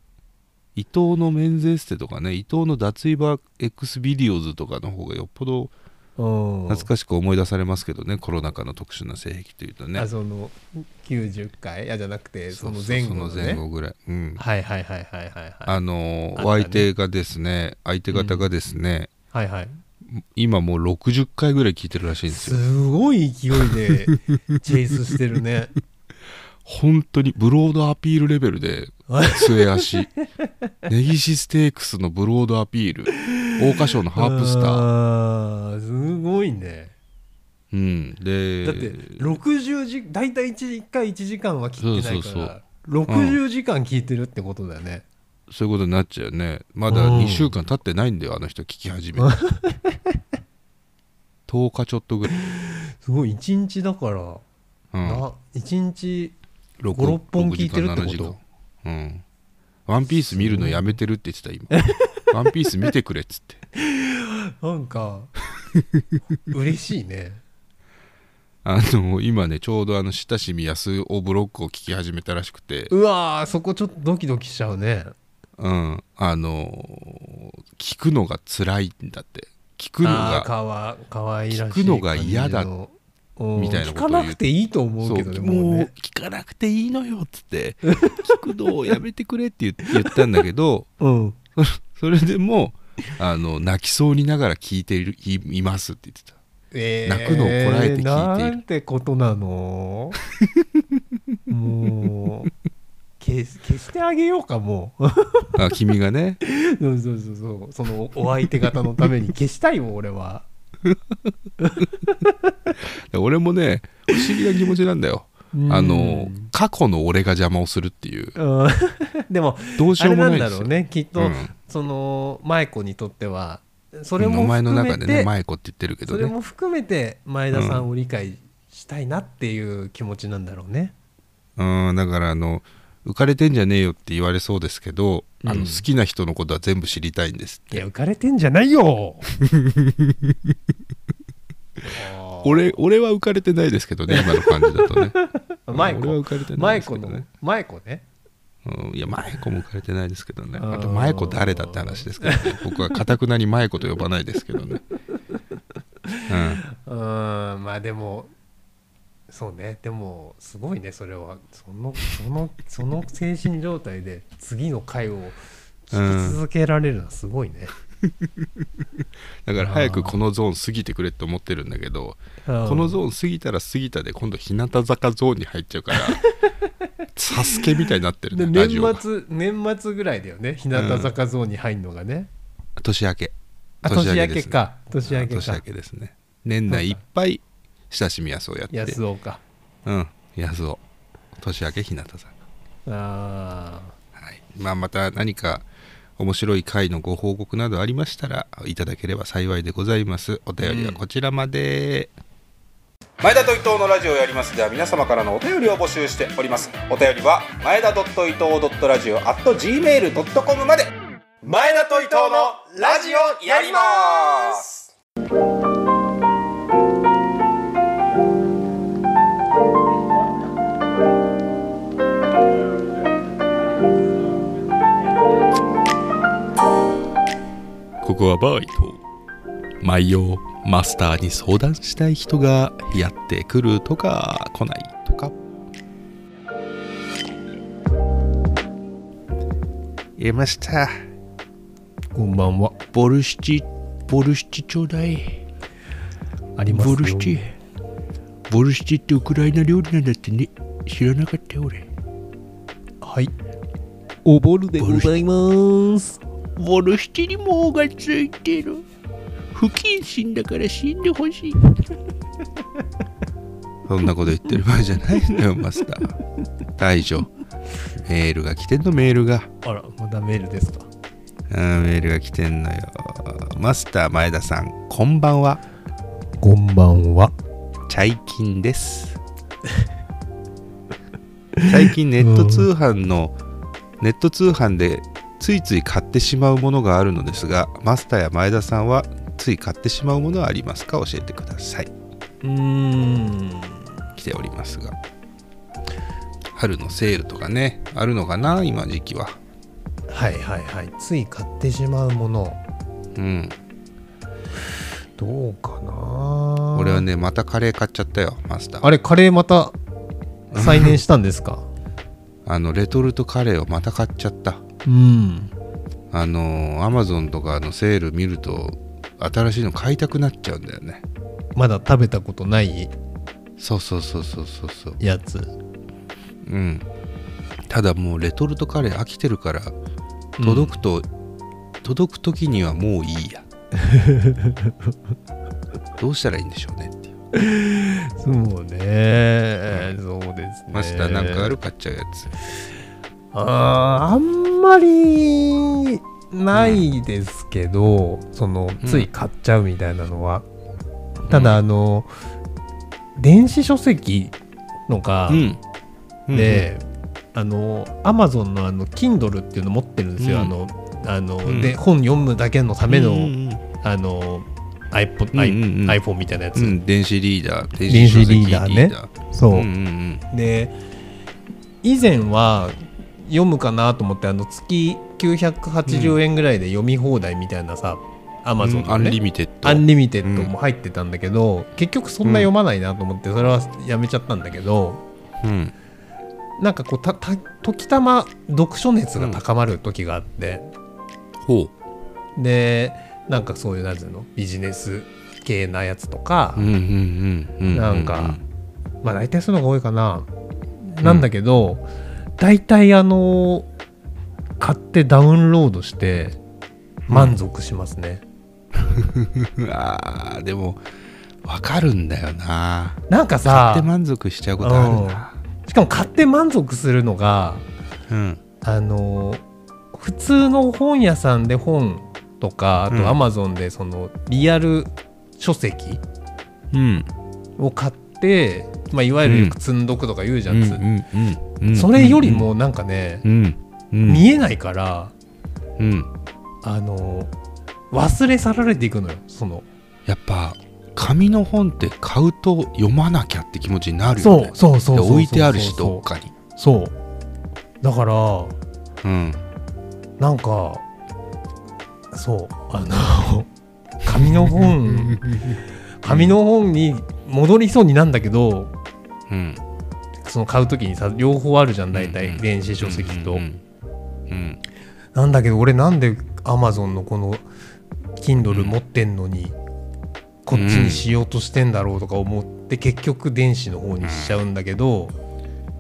[SPEAKER 1] 伊藤のメンズエステとかね伊藤の脱衣場 X ビデオズとかの方がよっぽど
[SPEAKER 2] うん、
[SPEAKER 1] 懐かしく思い出されますけどねコロナ禍の特殊な性癖というとね
[SPEAKER 2] あその90回いやじゃなくてその
[SPEAKER 1] そう
[SPEAKER 2] 前
[SPEAKER 1] そ
[SPEAKER 2] 後の、
[SPEAKER 1] の
[SPEAKER 2] ね、
[SPEAKER 1] 前後ぐらい、うん
[SPEAKER 2] はいはいはいはいはいはい
[SPEAKER 1] あのー
[SPEAKER 2] あったね
[SPEAKER 1] お相手がですね相手方がですね、
[SPEAKER 2] はいはい
[SPEAKER 1] 今もう60回ぐらい聞いてるらしいんですよ
[SPEAKER 2] すごい勢い でチェイスしてるね
[SPEAKER 1] 本当にブロードアピールレベルで末足ネギシステークスのブロードアピール桜花賞のハープスター
[SPEAKER 2] ーすごいね
[SPEAKER 1] うんで
[SPEAKER 2] だって60時大体 1, 回1時間は聞いてないから
[SPEAKER 1] そうそう
[SPEAKER 2] 60時間聞いてるってことだよね、
[SPEAKER 1] そういうことになっちゃうねまだ
[SPEAKER 2] うん
[SPEAKER 1] 2週間経ってないんだよあの人聞き始めて10日ちょっとぐらい、
[SPEAKER 2] すごい1日だから、
[SPEAKER 1] うん、
[SPEAKER 2] な1日
[SPEAKER 1] 5
[SPEAKER 2] 6本聞いてるってこと
[SPEAKER 1] うんワンピース見るのやめてるって言って た今ワンピース見てくれっつって
[SPEAKER 2] なんか嬉しいね
[SPEAKER 1] あの今ねちょうどあの親しみ安おブロックを聞き始めたらしくて
[SPEAKER 2] うわーそこちょっとドキドキしちゃうね
[SPEAKER 1] うん、あのー聞くのが辛いんだって聞くの
[SPEAKER 2] ああー
[SPEAKER 1] が
[SPEAKER 2] かわかわいらしい
[SPEAKER 1] 聞くのが嫌だ
[SPEAKER 2] 感じの
[SPEAKER 1] みたいな
[SPEAKER 2] うん
[SPEAKER 1] こと
[SPEAKER 2] 聞
[SPEAKER 1] を言
[SPEAKER 2] か
[SPEAKER 1] う
[SPEAKER 2] なくていいと思うけどね
[SPEAKER 1] そう
[SPEAKER 2] もう
[SPEAKER 1] もう
[SPEAKER 2] ね
[SPEAKER 1] 聞かなくていいのよっつって聞くのをやめてくれって言 言ったんだけど
[SPEAKER 2] うん
[SPEAKER 1] それでもあの泣きそうにながら聞いているいいますって言ってた
[SPEAKER 2] えー
[SPEAKER 1] 泣くのをこらえて聞いている
[SPEAKER 2] なんてことなの もう消す消してあげようかもう
[SPEAKER 1] あ君がね
[SPEAKER 2] そうそうそうそうそのお相手方のために消したいよ俺は
[SPEAKER 1] 俺もね不思議な気持ちなんだよあの過去の俺が邪魔をするっていう
[SPEAKER 2] うんうんでも
[SPEAKER 1] どうし
[SPEAKER 2] あ
[SPEAKER 1] よ
[SPEAKER 2] れ
[SPEAKER 1] うも
[SPEAKER 2] な
[SPEAKER 1] ない
[SPEAKER 2] ん
[SPEAKER 1] んで
[SPEAKER 2] だ
[SPEAKER 1] すよ
[SPEAKER 2] ろうねきっと、
[SPEAKER 1] うん
[SPEAKER 2] その舞子にとってはそれ
[SPEAKER 1] う
[SPEAKER 2] も
[SPEAKER 1] んお前の
[SPEAKER 2] 含め
[SPEAKER 1] 中
[SPEAKER 2] て、
[SPEAKER 1] でね舞子って言ってるけど
[SPEAKER 2] それ
[SPEAKER 1] ね
[SPEAKER 2] も含めて前田さんを理解したいなっていう気持ちなんだろうね、
[SPEAKER 1] うんだからあの浮かれてんじゃねえよって言われそうですけど、あ
[SPEAKER 2] うん
[SPEAKER 1] の好きな人のことは全部知りたいんです
[SPEAKER 2] いや浮かれてんじゃないよあー
[SPEAKER 1] 俺俺は浮かれてないですけ どね今の感じだとね
[SPEAKER 2] 舞
[SPEAKER 1] 俺は浮
[SPEAKER 2] 子
[SPEAKER 1] かれてない
[SPEAKER 2] 舞
[SPEAKER 1] ですけ
[SPEAKER 2] 子
[SPEAKER 1] ど
[SPEAKER 2] の
[SPEAKER 1] ね
[SPEAKER 2] 舞子ね
[SPEAKER 1] うんいや舞子も浮かれてないですけどね
[SPEAKER 2] あー
[SPEAKER 1] あと舞子誰だって話ですけど、ね、 僕はかたくなに舞子と呼ばないですけどね、うん、
[SPEAKER 2] うーんまあでもそうねでもすごいねそれはそのそのその精神状態で次の回を聞き続けられるのはすごいね、
[SPEAKER 1] だから早くこのゾーン過ぎてくれって思ってるんだけどこのゾーン過ぎたら過ぎたで今度日向坂ゾーンに入っちゃう から「サスケみたいになってる
[SPEAKER 2] で
[SPEAKER 1] ねラジオ
[SPEAKER 2] 年
[SPEAKER 1] が
[SPEAKER 2] 末年末ぐらいだよね日向坂ゾーンに入るのがね、
[SPEAKER 1] 年明け
[SPEAKER 2] あ年明
[SPEAKER 1] で
[SPEAKER 2] け
[SPEAKER 1] すね
[SPEAKER 2] か年明けか
[SPEAKER 1] 年明けですね年内いっぱい親しみやすをやって
[SPEAKER 2] 安岡か
[SPEAKER 1] うん安を年明け日向さん
[SPEAKER 2] あ
[SPEAKER 1] はいまあ、また何か面白い回のご報告などありましたらいただければ幸いでございますお便りはこちらまで、前田と伊藤のラジオをやりますでは皆様からのお便りを募集しておりますお便りは前田伊藤ラジオ at gmail.com まで
[SPEAKER 3] 前田と伊藤のラジオやります
[SPEAKER 1] ここはバーイと毎曜マスターに相談したい人がやってくるとか来ないとかげました
[SPEAKER 2] こんばんは。
[SPEAKER 1] ボルシチボルシチちょうだい
[SPEAKER 2] ありますよ
[SPEAKER 1] ボルシチボルシチってウクライナ料理なんだってね知らなかったよ俺
[SPEAKER 2] はい。おぼるでございます。
[SPEAKER 1] ボルシチにも「お」がついてる不謹慎だから死んでほしい そんなこと言ってる場合じゃないんだよマスター大将メールが来てんのメールが
[SPEAKER 2] あら、まだメールですか。
[SPEAKER 1] うんメールが来てんのよマスター前田さんこんばんは
[SPEAKER 2] こんばんは。
[SPEAKER 1] チャイキンです 最近ネット通販の、ネット通販でついつい買ってしまうものがあるのですがマスターや前田さんはつい買ってしまうものはありますか教えてくださいう
[SPEAKER 2] ーん。
[SPEAKER 1] 来ておりますが春のセールとかねあるのかな今時期は
[SPEAKER 2] はいはいはい。つい買ってしまうもの。
[SPEAKER 1] うん
[SPEAKER 2] どうかな
[SPEAKER 1] 俺は。ねまたカレー買っちゃったよマスター
[SPEAKER 2] あれ、カレーまた再燃したんですか
[SPEAKER 1] あのレトルトカレーをまた買っちゃった
[SPEAKER 2] うん。
[SPEAKER 1] あのアマゾンとかのセール見ると新しいの買いたくなっちゃうんだよね
[SPEAKER 2] まだ食べたことない
[SPEAKER 1] そうそうそうそうそうそう
[SPEAKER 2] やつ。
[SPEAKER 1] うんただもうレトルトカレー飽きてるから届くと、届く時にはもういい やどうしたらいいんでしょうねっていう
[SPEAKER 2] そうね。そうですね。
[SPEAKER 1] マスターなんかある買っちゃうやつ
[SPEAKER 2] あーあんまりないですけど、その
[SPEAKER 1] うん
[SPEAKER 2] つい買っちゃうみたいなのは、ただあの電子書籍のが
[SPEAKER 1] うん
[SPEAKER 2] で、あのアマゾンのあの Kindle っていうの持ってるんですよ、
[SPEAKER 1] うん
[SPEAKER 2] あのあの、
[SPEAKER 1] うん
[SPEAKER 2] で本読むだけのた
[SPEAKER 1] た
[SPEAKER 2] めの、
[SPEAKER 1] うん
[SPEAKER 2] あの iPod、
[SPEAKER 1] うんうんうん
[SPEAKER 2] iPhone みたいなやつ、
[SPEAKER 1] うん電子リーダー電
[SPEAKER 2] 子
[SPEAKER 1] 書籍
[SPEAKER 2] リーダーねそう、
[SPEAKER 1] うんうん
[SPEAKER 2] で以前は読むかなと思ってあの月980円ぐらいで読み放題みたいなさ、ア
[SPEAKER 1] う
[SPEAKER 2] マ
[SPEAKER 1] ん
[SPEAKER 2] ゾン
[SPEAKER 1] うんアンリ
[SPEAKER 2] ね
[SPEAKER 1] ミテッド
[SPEAKER 2] アンリミテッドも入ってたんだけど、結局そんな読まないなと思ってそれはやめちゃったんだけど、
[SPEAKER 1] うん
[SPEAKER 2] なんかこうたた時たま読書熱が高まる時があって、
[SPEAKER 1] ほ
[SPEAKER 2] でなんかそういうなんていうのビジネス系なやつとか、
[SPEAKER 1] ううんうんうんううん
[SPEAKER 2] なんかまあ大体そういうのが多いかな、なんだけど大体あの買ってダウンロードして満足しますね、
[SPEAKER 1] うわーでもわかるんだよな
[SPEAKER 2] なんか
[SPEAKER 1] 買って
[SPEAKER 2] さ
[SPEAKER 1] 満足しちゃうことあるな
[SPEAKER 2] しかも買って満足するのが
[SPEAKER 1] うん
[SPEAKER 2] あの普通の本屋さんで本とかあ
[SPEAKER 1] うん
[SPEAKER 2] とアマゾンでそのリアル書籍
[SPEAKER 1] うん
[SPEAKER 2] を買って、まあ、いわゆるよく積んどくとか言うじゃん、つ
[SPEAKER 1] うんうん
[SPEAKER 2] それよりもなんかね、
[SPEAKER 1] うんうん
[SPEAKER 2] 見えないから
[SPEAKER 1] うん
[SPEAKER 2] あの忘れ去られていくのよその
[SPEAKER 1] やっぱ紙の本って買うと読まなきゃって気持ちになるよ
[SPEAKER 2] そう
[SPEAKER 1] ね
[SPEAKER 2] そうそう
[SPEAKER 1] で
[SPEAKER 2] そう
[SPEAKER 1] 置いてあるしどっかに
[SPEAKER 2] そうだから
[SPEAKER 1] うん
[SPEAKER 2] なんかそうあの紙の 本紙の本に戻りそうになんだけど
[SPEAKER 1] うん
[SPEAKER 2] その買う時にさ両方あるじゃん大
[SPEAKER 1] うんう
[SPEAKER 2] 体
[SPEAKER 1] ん
[SPEAKER 2] 電子書籍
[SPEAKER 1] う
[SPEAKER 2] と
[SPEAKER 1] んうん
[SPEAKER 2] なんだけど俺なんで Amazon のこの Kindle 持ってんのにこっちにしようとしてんだろうとか思って結局電子の方にしちゃうんだけど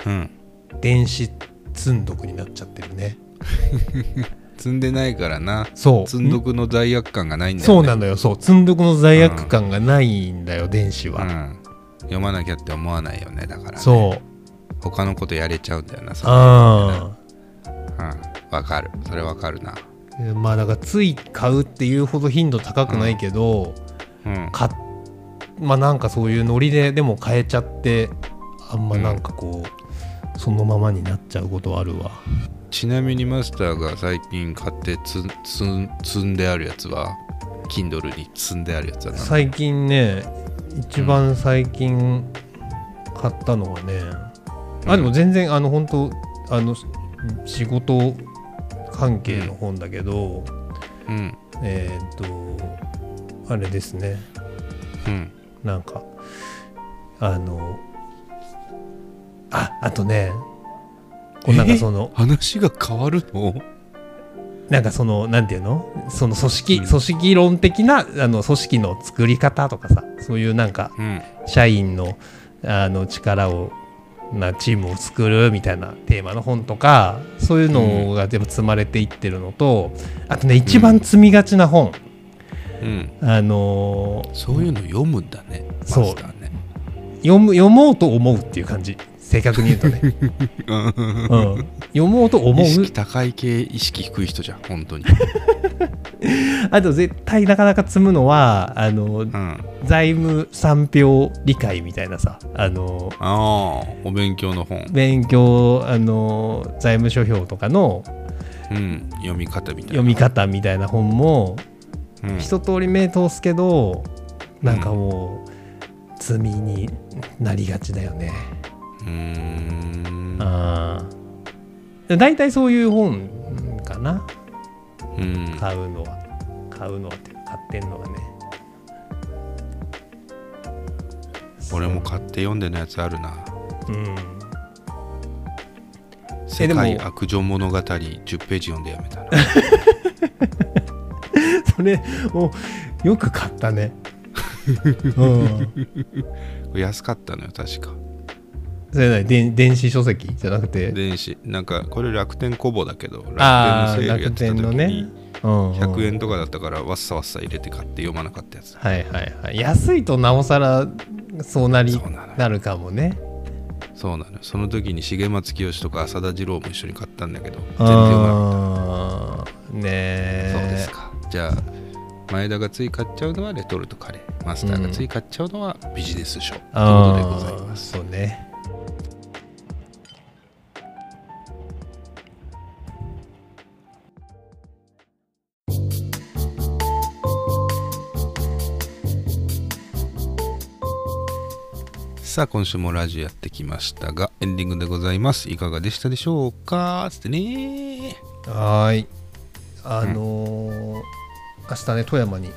[SPEAKER 1] うんうん
[SPEAKER 2] 電子積んどくになっちゃってるね
[SPEAKER 1] 積んでないからな
[SPEAKER 2] そう
[SPEAKER 1] 積んどくの罪悪感がないんだよね
[SPEAKER 2] そうなのよそう積んどくの罪悪感がないんだよ、電子
[SPEAKER 1] う
[SPEAKER 2] は、
[SPEAKER 1] ん読まなきゃって思わないよねだからね
[SPEAKER 2] そう
[SPEAKER 1] 他のことやれちゃうんだよなそれ
[SPEAKER 2] あ
[SPEAKER 1] うんわかるそれわかるな
[SPEAKER 2] あまあだからつい買うっていうほど頻度高くないけど、
[SPEAKER 1] うん
[SPEAKER 2] 買っまあなんかそういうノリででも買えちゃってあんまなんかこう、そのままになっちゃうことはあるわ
[SPEAKER 1] ちなみにマスターが最近買ってつつん積んであるやつは Kindle に積んであるやつは何
[SPEAKER 2] 最近ね一番最近買ったのはね、
[SPEAKER 1] うん
[SPEAKER 2] あでも全然あの本当あの仕事関係の本だけど、
[SPEAKER 1] うん
[SPEAKER 2] えーっ、とあれですね
[SPEAKER 1] うん
[SPEAKER 2] なんかあのああとねこうなんかその
[SPEAKER 1] 話が変わるの
[SPEAKER 2] なんかそのなんていうのその組織組織論的なあの組織の作り方とかさそういうなんか
[SPEAKER 1] うん
[SPEAKER 2] 社員のあの力をなチームを作るみたいなテーマの本とかそういうのが全部積まれていってるのと、あとね一番積みがちな本、
[SPEAKER 1] うん
[SPEAKER 2] あのー
[SPEAKER 1] そういうの読むんだねマ
[SPEAKER 2] そう
[SPEAKER 1] スターね
[SPEAKER 2] 読む読もうと思うっていう感じ正確に言うとね、うん、読もうと思
[SPEAKER 1] 意
[SPEAKER 2] う
[SPEAKER 1] 識高い系意識低い人じゃん本当に、
[SPEAKER 2] あと絶対なかなか積むのはあの
[SPEAKER 1] うん、あ
[SPEAKER 2] 財務三票理解みたいなさあのー
[SPEAKER 1] あお勉強の本、
[SPEAKER 2] 勉強あのー財務諸表とかの
[SPEAKER 1] うん、読み方みたいな
[SPEAKER 2] 読み方みたいな本も
[SPEAKER 1] うん
[SPEAKER 2] 一通り目通すけどなんかもう罪になりがちだよね、
[SPEAKER 1] うーん
[SPEAKER 2] ああだいたいそういう本かな
[SPEAKER 1] うん
[SPEAKER 2] 買うのは買うのはって買ってんのがね
[SPEAKER 1] 俺も買って読んでのやつあるな
[SPEAKER 2] うん
[SPEAKER 1] 「
[SPEAKER 2] え
[SPEAKER 1] 世
[SPEAKER 2] でも
[SPEAKER 1] 界悪女物語」10ページ読んでやめ たな
[SPEAKER 2] それをよく買った ねうん
[SPEAKER 1] 安かったのよ確か
[SPEAKER 2] それなに電電子書籍じゃなくて
[SPEAKER 1] 電子なんかこれ楽天コボだけど楽天のセ
[SPEAKER 2] ああ
[SPEAKER 1] ールや
[SPEAKER 2] 楽
[SPEAKER 1] ってた
[SPEAKER 2] 天
[SPEAKER 1] 時
[SPEAKER 2] のね
[SPEAKER 1] に
[SPEAKER 2] うんうん
[SPEAKER 1] 100円とかだったからわっさわっさ入れて買って読まなかったやつ
[SPEAKER 2] はいはいはい安いとなおさらそうなり
[SPEAKER 1] そうなのよ
[SPEAKER 2] なるかもね
[SPEAKER 1] そうなのよその時に重松清とか浅田次郎も一緒に買ったんだけど全然読まなかっ
[SPEAKER 2] あーね
[SPEAKER 1] た
[SPEAKER 2] え
[SPEAKER 1] そうですかじゃあ前田がつい買っちゃうのはレトルトカレーマスターがつい買っちゃうのはビジネス書ということでございます
[SPEAKER 2] すそうね
[SPEAKER 1] さあ今週もラジオやってきましたがエンディングでございますいかがでしたでしょうかつってね
[SPEAKER 2] はーいあのー明日ね富山に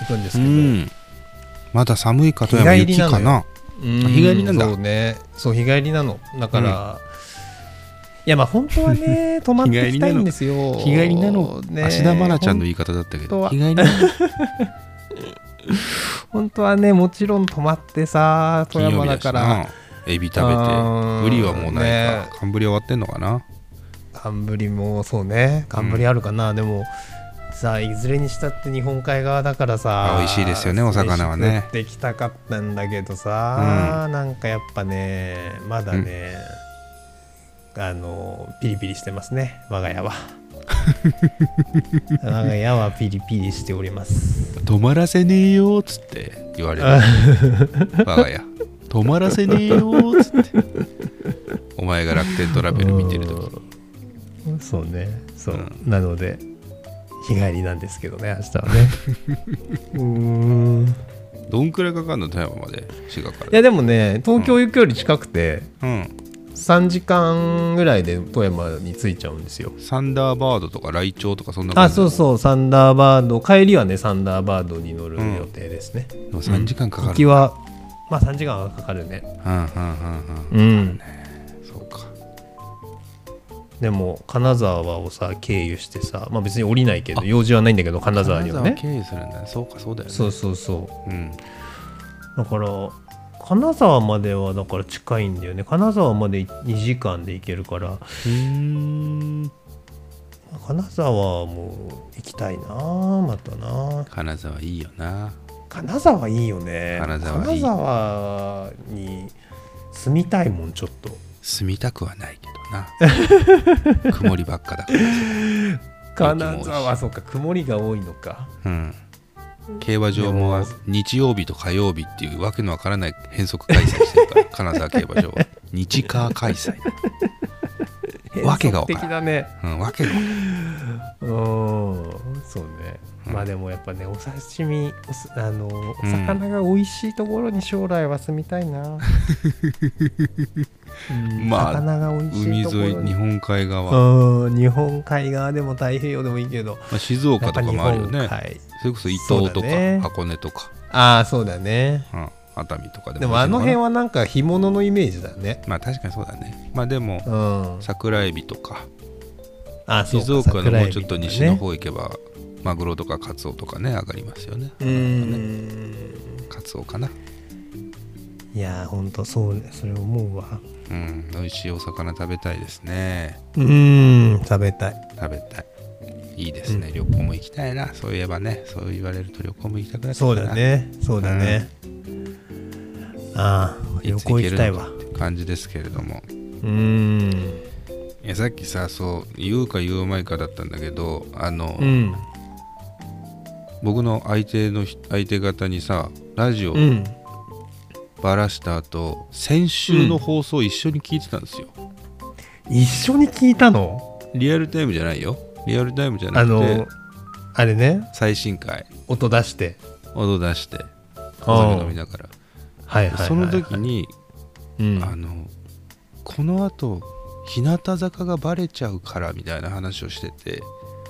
[SPEAKER 2] 行くんですけど、
[SPEAKER 1] まだ寒いかとや
[SPEAKER 2] 日帰
[SPEAKER 1] 雪
[SPEAKER 2] りなの
[SPEAKER 1] か
[SPEAKER 2] よ
[SPEAKER 1] な
[SPEAKER 2] うん
[SPEAKER 1] 日帰りなんだ
[SPEAKER 2] そうねそう日帰りなのだから、いやまあ本当 はね泊まっていきたいんですよ
[SPEAKER 1] 日帰りなの
[SPEAKER 2] ね
[SPEAKER 1] 芦田愛菜ちゃんの言い方だったけど
[SPEAKER 2] 本
[SPEAKER 1] 日帰り
[SPEAKER 2] 当
[SPEAKER 1] なの
[SPEAKER 2] 本当はねもちろん泊まってさ富
[SPEAKER 1] 金曜
[SPEAKER 2] 山
[SPEAKER 1] 日
[SPEAKER 2] だ
[SPEAKER 1] だし
[SPEAKER 2] か
[SPEAKER 1] な
[SPEAKER 2] ら
[SPEAKER 1] エビ食べて
[SPEAKER 2] うん
[SPEAKER 1] ブリはもうない
[SPEAKER 2] ね
[SPEAKER 1] か寒ぶり終わってんのかな
[SPEAKER 2] 寒ぶもそうね寒ぶりあるかな、でもさあいずれにしたって日本海側だからさ
[SPEAKER 1] あ美味しいですよねお魚はね
[SPEAKER 2] 美味しく食ってきたかったんだけどさ、なんかやっぱねまだね、あのピリピリしてますね我が 家は我が家はピリピリしております
[SPEAKER 1] 泊まらせねえよっつって言われる 我が家泊まらせねえよっつってお前が楽天トラベル見てる時
[SPEAKER 2] うんそうねそう、
[SPEAKER 1] う
[SPEAKER 2] なので日帰りなんですけどね明日は ねうーん
[SPEAKER 1] どんくらいかかるの富山まで滋賀か
[SPEAKER 2] い
[SPEAKER 1] ら
[SPEAKER 2] やでもね東京行くより近くて
[SPEAKER 1] うん
[SPEAKER 2] 3時間ぐらいで富山に着いちゃうんですよ
[SPEAKER 1] サンダーバードとかライチョウとかそんな感
[SPEAKER 2] あ
[SPEAKER 1] じ
[SPEAKER 2] そうそうサンダーバード帰りはねサンダーバードに乗る予定ですね、
[SPEAKER 1] でも3時間かか
[SPEAKER 2] 行き
[SPEAKER 1] る
[SPEAKER 2] はまあ3時間はかかるね
[SPEAKER 1] うんうんうんうん
[SPEAKER 2] うん
[SPEAKER 1] そうか
[SPEAKER 2] でも金沢をさ経由してさまあ別に降りないけど用事はないんだけど金沢には
[SPEAKER 1] 金
[SPEAKER 2] ね
[SPEAKER 1] 経由するんだねそうかそうだよね
[SPEAKER 2] そうそうそう
[SPEAKER 1] うん
[SPEAKER 2] だから金沢まではだから近いんだよね金沢まで2時間で行けるから
[SPEAKER 1] うん
[SPEAKER 2] 金沢も行きたいなまたな
[SPEAKER 1] 金沢いいよな
[SPEAKER 2] 金沢いいよね
[SPEAKER 1] 金沢いい
[SPEAKER 2] 金沢に住みたいもんちょっと
[SPEAKER 1] 住みたくはないけど な曇りばっかだから
[SPEAKER 2] 金沢そうか曇りが多いの か
[SPEAKER 1] うん競馬場
[SPEAKER 2] で
[SPEAKER 1] も
[SPEAKER 2] も
[SPEAKER 1] 日曜日と火曜日っていうわけのわからない変則開催してるから金沢競馬場 は日カー開催、わけがわか
[SPEAKER 2] 変
[SPEAKER 1] らん
[SPEAKER 2] 則的だね
[SPEAKER 1] うん、わけが
[SPEAKER 2] うんそうね、
[SPEAKER 1] うん
[SPEAKER 2] まあでもやっぱねお刺身おすあのお
[SPEAKER 1] うん
[SPEAKER 2] 魚が美味しいところに将来は住みたいな、うん
[SPEAKER 1] まあ
[SPEAKER 2] 魚が美味
[SPEAKER 1] 海沿
[SPEAKER 2] しいところ
[SPEAKER 1] い日本海側、ま
[SPEAKER 2] うん日本海側でも太平洋でもいいけど
[SPEAKER 1] あ、静岡
[SPEAKER 2] や
[SPEAKER 1] と
[SPEAKER 2] っぱ
[SPEAKER 1] か
[SPEAKER 2] 日
[SPEAKER 1] もあるよ
[SPEAKER 2] 本
[SPEAKER 1] ね
[SPEAKER 2] 海
[SPEAKER 1] それこそ伊東
[SPEAKER 2] そ
[SPEAKER 1] と
[SPEAKER 2] う
[SPEAKER 1] か、
[SPEAKER 2] だね
[SPEAKER 1] 箱根とか、
[SPEAKER 2] ああそうだね
[SPEAKER 1] うん、熱海とかでも
[SPEAKER 2] でもあの辺
[SPEAKER 1] は
[SPEAKER 2] はなんか干物のイメージだね
[SPEAKER 1] まあ確かにそうだねまあでも
[SPEAKER 2] うんあ
[SPEAKER 1] 桜エビとか
[SPEAKER 2] あそうか
[SPEAKER 1] 静岡の
[SPEAKER 2] 桜
[SPEAKER 1] もう
[SPEAKER 2] エビ
[SPEAKER 1] ちょっと西の方行けば、マグロとかカツオとかね上がりますよね
[SPEAKER 2] うーん
[SPEAKER 1] カツオかない
[SPEAKER 2] やーほんとそうねそれ思うわ
[SPEAKER 1] うん美味しいお魚食べたいですね
[SPEAKER 2] うーん食べたい
[SPEAKER 1] 食べたいいいですね、旅行も行きたいなそういえばねそう言われると旅行も行きたくなってきた
[SPEAKER 2] そ
[SPEAKER 1] な
[SPEAKER 2] うだねそうだね、ああ
[SPEAKER 1] い
[SPEAKER 2] 旅
[SPEAKER 1] つ
[SPEAKER 2] 行
[SPEAKER 1] 行ける
[SPEAKER 2] 行き
[SPEAKER 1] の
[SPEAKER 2] たい
[SPEAKER 1] か
[SPEAKER 2] わ
[SPEAKER 1] っ
[SPEAKER 2] う
[SPEAKER 1] て感じですけれども
[SPEAKER 2] ーん
[SPEAKER 1] いやさっきさそう言うか言うまいかだったんだけどあの、
[SPEAKER 2] うん
[SPEAKER 1] 僕の相手の人相手方にさラジオ
[SPEAKER 2] うん
[SPEAKER 1] ばらした後、先週の放送一緒に聞いてたんですよ、
[SPEAKER 2] 一緒に聞いたの
[SPEAKER 1] リアルタイムじゃないよリアルタイムじゃな
[SPEAKER 2] あ
[SPEAKER 1] くて
[SPEAKER 2] のあれね
[SPEAKER 1] 最新回
[SPEAKER 2] 音出して
[SPEAKER 1] 音出して
[SPEAKER 2] うん
[SPEAKER 1] お酒飲みながら、
[SPEAKER 2] はいはいはいはい
[SPEAKER 1] その時に、
[SPEAKER 2] うん
[SPEAKER 1] あのこのあと日向坂がバレちゃうからみたいな話をしてて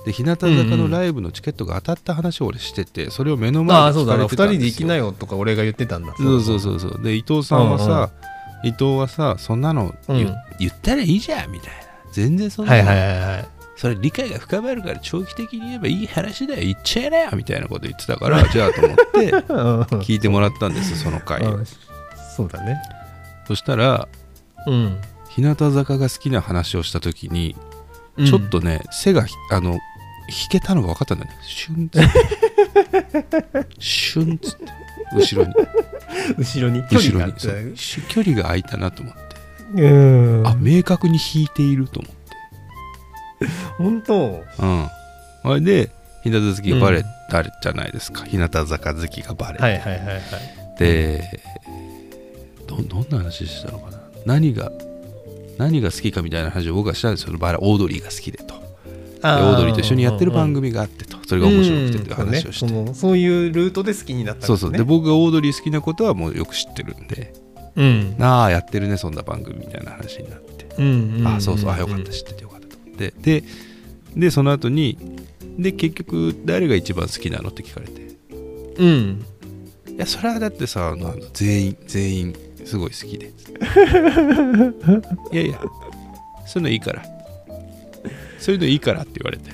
[SPEAKER 1] で日向坂のライブのチケットが当たった話を俺してて、それを目の
[SPEAKER 2] あ
[SPEAKER 1] 前
[SPEAKER 2] あ
[SPEAKER 1] で
[SPEAKER 2] そう
[SPEAKER 1] 聞
[SPEAKER 2] だ
[SPEAKER 1] かれ
[SPEAKER 2] 2
[SPEAKER 1] てた
[SPEAKER 2] 人
[SPEAKER 1] んですよ
[SPEAKER 2] で行きなよとか俺が言ってたんだ
[SPEAKER 1] そうそうそうそうで伊藤さんはさ、伊藤はさそんなの言,、
[SPEAKER 2] うん
[SPEAKER 1] 言ったらいいじゃんみたいな全然そんな
[SPEAKER 2] は
[SPEAKER 1] の、
[SPEAKER 2] いはいはいはい
[SPEAKER 1] それ理解が深まるから長期的に言えばいい話だよ言っちゃえなよみたいなこと言ってたから じゃあと思って
[SPEAKER 2] うん
[SPEAKER 1] 聞いてもらったんですその回を、
[SPEAKER 2] うんそうだね
[SPEAKER 1] そしたら
[SPEAKER 2] うん
[SPEAKER 1] 日向坂が好きな話をした時にちょっとね、背がひあの引けたのが分かったんだねシュンっつって シュンっつって後ろに
[SPEAKER 2] 後ろに距
[SPEAKER 1] 後
[SPEAKER 2] 離
[SPEAKER 1] ろ
[SPEAKER 2] があ
[SPEAKER 1] に
[SPEAKER 2] っ
[SPEAKER 1] そ
[SPEAKER 2] た
[SPEAKER 1] うし距離が空いたなと思って、
[SPEAKER 2] うん
[SPEAKER 1] あ明確に引いていると思って
[SPEAKER 2] 本当
[SPEAKER 1] うんそれで日向好きがバレたじゃないですか、日向坂好きがバレて、
[SPEAKER 2] はいはいはいはい
[SPEAKER 1] でどどんな話したのかな何が何が好きかみたいな話を僕はしたんですよバラオードリーが好きでとでオ
[SPEAKER 2] あ
[SPEAKER 1] ードリーと一緒にやってる番組があってとそれが面白くてっていう
[SPEAKER 2] うん
[SPEAKER 1] 話をして、
[SPEAKER 2] そうねそのそういうルートで好きになった
[SPEAKER 1] そうそうで
[SPEAKER 2] で
[SPEAKER 1] 僕がオードリー好きなことはもうよく知ってるんで
[SPEAKER 2] うん
[SPEAKER 1] なあやってるねそんな番組みたいな話になって、
[SPEAKER 2] うんんん
[SPEAKER 1] あそうそうあよかった知っててよかったと思ってででその後にで結局誰が一番好きなのって聞かれて
[SPEAKER 2] うん
[SPEAKER 1] いやそれはだってさあの全員全員すごい好きでいやいやそういうのいいからそういうのいいからって言われて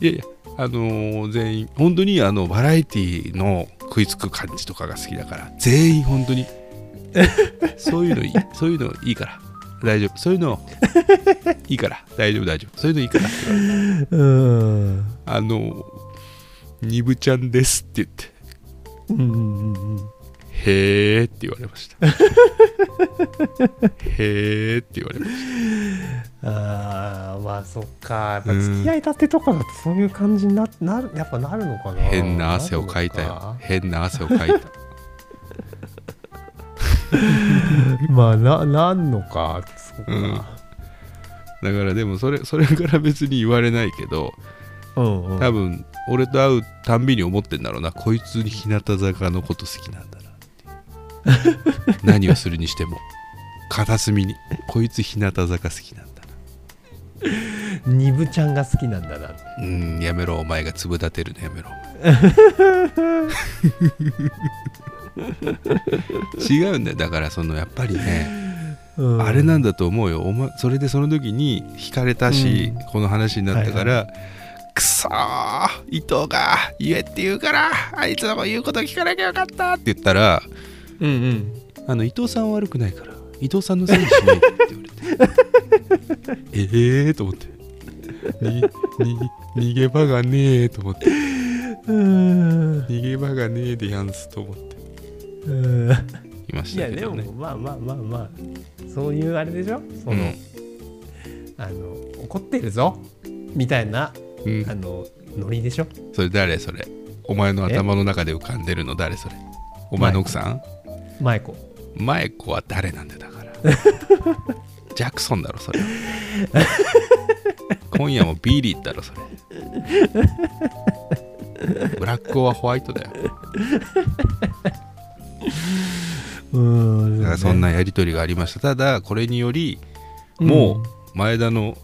[SPEAKER 1] いやいやあのー全員本当にあのバラエティの食いつく感じとかが好きだから全員本当にそういうのいいそういうのいいから大丈夫そういうのいいから大丈夫大丈夫そういうのいいから
[SPEAKER 2] うん
[SPEAKER 1] あのーニブちゃんですって言って
[SPEAKER 2] うんうんうん
[SPEAKER 1] へーって言われました。へーって言われまし
[SPEAKER 2] あーまあそっかやっぱ付き合いたてとかだとそういう感じにななるやっぱなるのかな
[SPEAKER 1] た。変な汗をかいたよ。変な汗をかいた。
[SPEAKER 2] なるのか まあななんのかそうか
[SPEAKER 1] だからでもそれそれから別に言われないけど、
[SPEAKER 2] うんうん
[SPEAKER 1] 多分俺と会うたんびに思ってんだろうな。こいつに日向坂のこと好きなんだなっていう。何をするにしても片隅にこいつ日向坂好きなんだ
[SPEAKER 2] ニブちゃんが好きなんだなって
[SPEAKER 1] な。うんやめろお前が粒立てるのやめろ。違うんだよだからそのやっぱりね。
[SPEAKER 2] うん
[SPEAKER 1] あれなんだと思うよお、ま、それでその時に惹かれたし、
[SPEAKER 2] う
[SPEAKER 1] この話になったから、くそー伊藤が言えって言うからあいつの言うこと聞かなきゃよかったって言ったら
[SPEAKER 2] うんうん
[SPEAKER 1] あの伊藤さんは悪くないから伊藤さんのせいにしないでって言わ れてええーと思ってにに逃げ場がねえと思って
[SPEAKER 2] うん
[SPEAKER 1] 逃げ場がねえでやんすと思って
[SPEAKER 2] うん
[SPEAKER 1] いまし
[SPEAKER 2] い
[SPEAKER 1] た
[SPEAKER 2] や
[SPEAKER 1] け
[SPEAKER 2] で
[SPEAKER 1] ど
[SPEAKER 2] も
[SPEAKER 1] ね
[SPEAKER 2] まあまあまあまあそういうあれでしょその、あの怒ってるぞみたいな
[SPEAKER 1] うんう
[SPEAKER 2] あ
[SPEAKER 1] ん、
[SPEAKER 2] のノリでしょ
[SPEAKER 1] それ誰それお前の頭の中で浮かんでるの誰それお前の奥さん、
[SPEAKER 2] マイコ
[SPEAKER 1] マエコは誰なんだよだからジャクソンだろそれ今夜もビリーだろそれブラックオアホワイトだよ
[SPEAKER 2] うん
[SPEAKER 1] だからそんなやり取りがありましたただこれにより
[SPEAKER 2] うん
[SPEAKER 1] もう前田の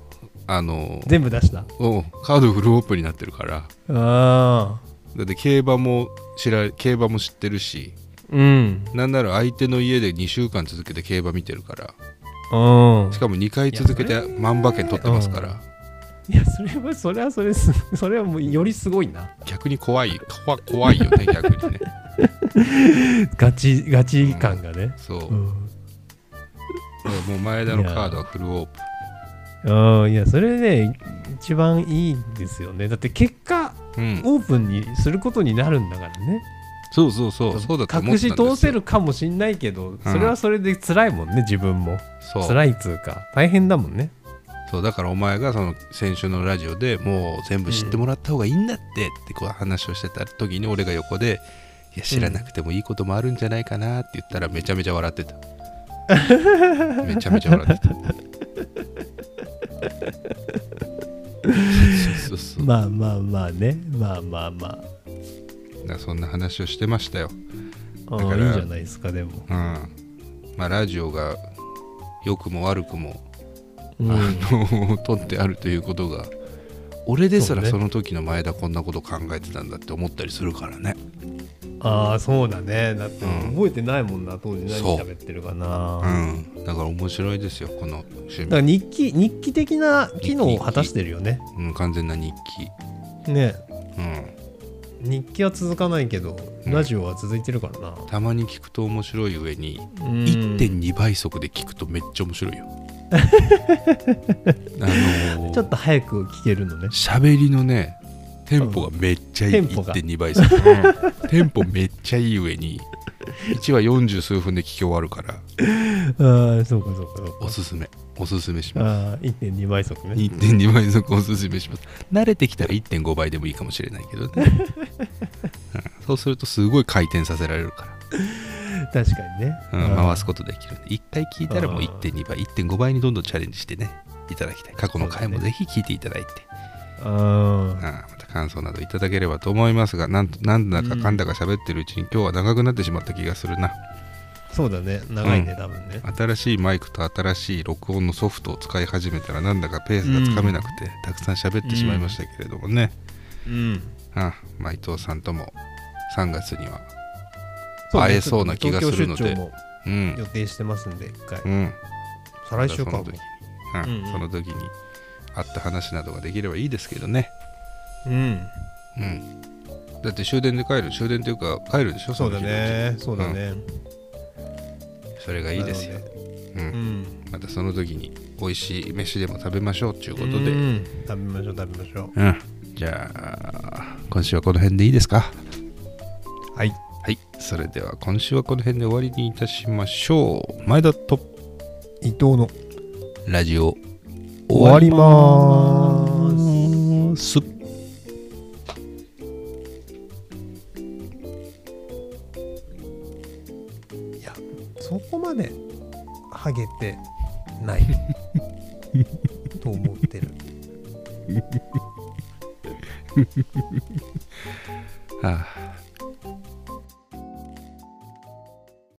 [SPEAKER 1] あの
[SPEAKER 2] 全部出した
[SPEAKER 1] おカードフルオープンになってるから
[SPEAKER 2] ああ
[SPEAKER 1] だって競馬も知ら競馬も知ってるし
[SPEAKER 2] うん
[SPEAKER 1] なんなら相手の家で2週間続けて競馬見てるから
[SPEAKER 2] うん
[SPEAKER 1] しかも2回続けて万馬券取ってますから、
[SPEAKER 2] いやそれはそれはそれすそれはもうよりすごいな
[SPEAKER 1] 逆に怖い怖怖いよ ね逆にね
[SPEAKER 2] ガチガチ感がね
[SPEAKER 1] そう、
[SPEAKER 2] う
[SPEAKER 1] だ
[SPEAKER 2] ん
[SPEAKER 1] からもう前田のカードはフルオープン
[SPEAKER 2] うんいやそれね一番いいんですよねだって結果
[SPEAKER 1] うん、
[SPEAKER 2] オープンにすることになるんだからね
[SPEAKER 1] そうそうそうそうだと思ったん
[SPEAKER 2] 隠
[SPEAKER 1] です
[SPEAKER 2] し
[SPEAKER 1] よ
[SPEAKER 2] 通せるかもしんないけどそれはそれで辛いもんね自分も
[SPEAKER 1] そう
[SPEAKER 2] 辛いっつうか大変だもんね
[SPEAKER 1] そうだからお前がその先週のラジオでもう全部知ってもらった方がいいんだってってこう話をしてた時に俺が横で「いや知らなくてもいいこともあるんじゃないかな」って言ったらめちゃめちゃ笑ってためちゃめちゃ笑ってたそうそうそう
[SPEAKER 2] まあまあまあねまあまあま
[SPEAKER 1] だからそんな話をしてましたよ
[SPEAKER 2] あ
[SPEAKER 1] だから
[SPEAKER 2] うんいいじゃないですかでも
[SPEAKER 1] うんまあラジオが良くも悪くも
[SPEAKER 2] うん
[SPEAKER 1] あの取ってあるということが俺ですら
[SPEAKER 2] そ
[SPEAKER 1] そうの時の前田こんなこと考えてたんだって思ったりするからね
[SPEAKER 2] ああそうだねだって
[SPEAKER 1] うん
[SPEAKER 2] 覚えてないもんな当時何
[SPEAKER 1] そう
[SPEAKER 2] 喋ってるか
[SPEAKER 1] う
[SPEAKER 2] な、
[SPEAKER 1] んだから面白いですよこの趣
[SPEAKER 2] だから
[SPEAKER 1] 味、
[SPEAKER 2] 日記日記的な機能を果たしてるよね
[SPEAKER 1] うん、完全な日記
[SPEAKER 2] ね
[SPEAKER 1] うん
[SPEAKER 2] 日記は続かないけど
[SPEAKER 1] うん
[SPEAKER 2] ラジオは続いてるからな、
[SPEAKER 1] たまに聞くと面白い上に
[SPEAKER 2] うん
[SPEAKER 1] 1.2倍速で聞くとめっちゃ面白い よあの
[SPEAKER 2] ちょっと早く聞けるのね
[SPEAKER 1] 喋りのねテンポがめっちゃいい、
[SPEAKER 2] うんテンポが
[SPEAKER 1] 1.2倍速、テンポめっちゃいい上に1話40数分で聞き終わるから
[SPEAKER 2] ああそうかそうかそうか
[SPEAKER 1] おすすめおすすめします
[SPEAKER 2] ああ1.2倍速ね
[SPEAKER 1] 1.2倍速おすすめします慣れてきたら1.5倍でもいいかもしれない けどね、うんそうするとすごい回転させられるか
[SPEAKER 2] 確かにね、
[SPEAKER 1] ら、うん
[SPEAKER 2] ああ
[SPEAKER 1] 回すことできるんで1回聞いたらもう1.2倍1.5倍にどんどんチャレンジしてねいただきたい過去の回もぜひ聞いていただいて、
[SPEAKER 2] あ
[SPEAKER 1] うん
[SPEAKER 2] あ
[SPEAKER 1] また感想などいただければと思いますがなんとなんだかかんだか喋ってるうちに今日は長くなってしまった気がするな
[SPEAKER 2] そうだね長いね、
[SPEAKER 1] うん
[SPEAKER 2] 多分ね
[SPEAKER 1] 新しいマイクと新しい録音のソフトを使い始めたらなんだかペースがつかめなくて、たくさん喋ってしまいましたけれどもね、
[SPEAKER 2] うん
[SPEAKER 1] あまあ、伊藤さんとも3月には
[SPEAKER 2] そね
[SPEAKER 1] 会えそうな気がするので
[SPEAKER 2] 東京出張も
[SPEAKER 1] うん、
[SPEAKER 2] 予定してますんで一回、
[SPEAKER 1] うん、
[SPEAKER 2] 再来週か
[SPEAKER 1] そ
[SPEAKER 2] も
[SPEAKER 1] の時に、うん
[SPEAKER 2] うんうん
[SPEAKER 1] その時に会った話などができればいいですけどね、
[SPEAKER 2] うん
[SPEAKER 1] うん、だって終電で帰る終電というか帰るでしょ
[SPEAKER 2] そうだね
[SPEAKER 1] そ
[SPEAKER 2] そ
[SPEAKER 1] の日の
[SPEAKER 2] うだ
[SPEAKER 1] うち
[SPEAKER 2] ね、
[SPEAKER 1] うんそれがいいですよ
[SPEAKER 2] な、
[SPEAKER 1] う、
[SPEAKER 2] うんん
[SPEAKER 1] またその時に美味しい飯でも食べましょうという
[SPEAKER 2] と
[SPEAKER 1] ことで、うん
[SPEAKER 2] 食べましょう食べましょ
[SPEAKER 1] じゃあ今週はこの辺でいいですか
[SPEAKER 2] うはい
[SPEAKER 1] はいそれでは今週はこの辺で終わりにいたしましょう前田と
[SPEAKER 2] 伊藤の
[SPEAKER 1] ラジオ
[SPEAKER 2] 終わりま
[SPEAKER 1] ーす
[SPEAKER 2] いやそこまでハゲてないと思ってる
[SPEAKER 1] ああ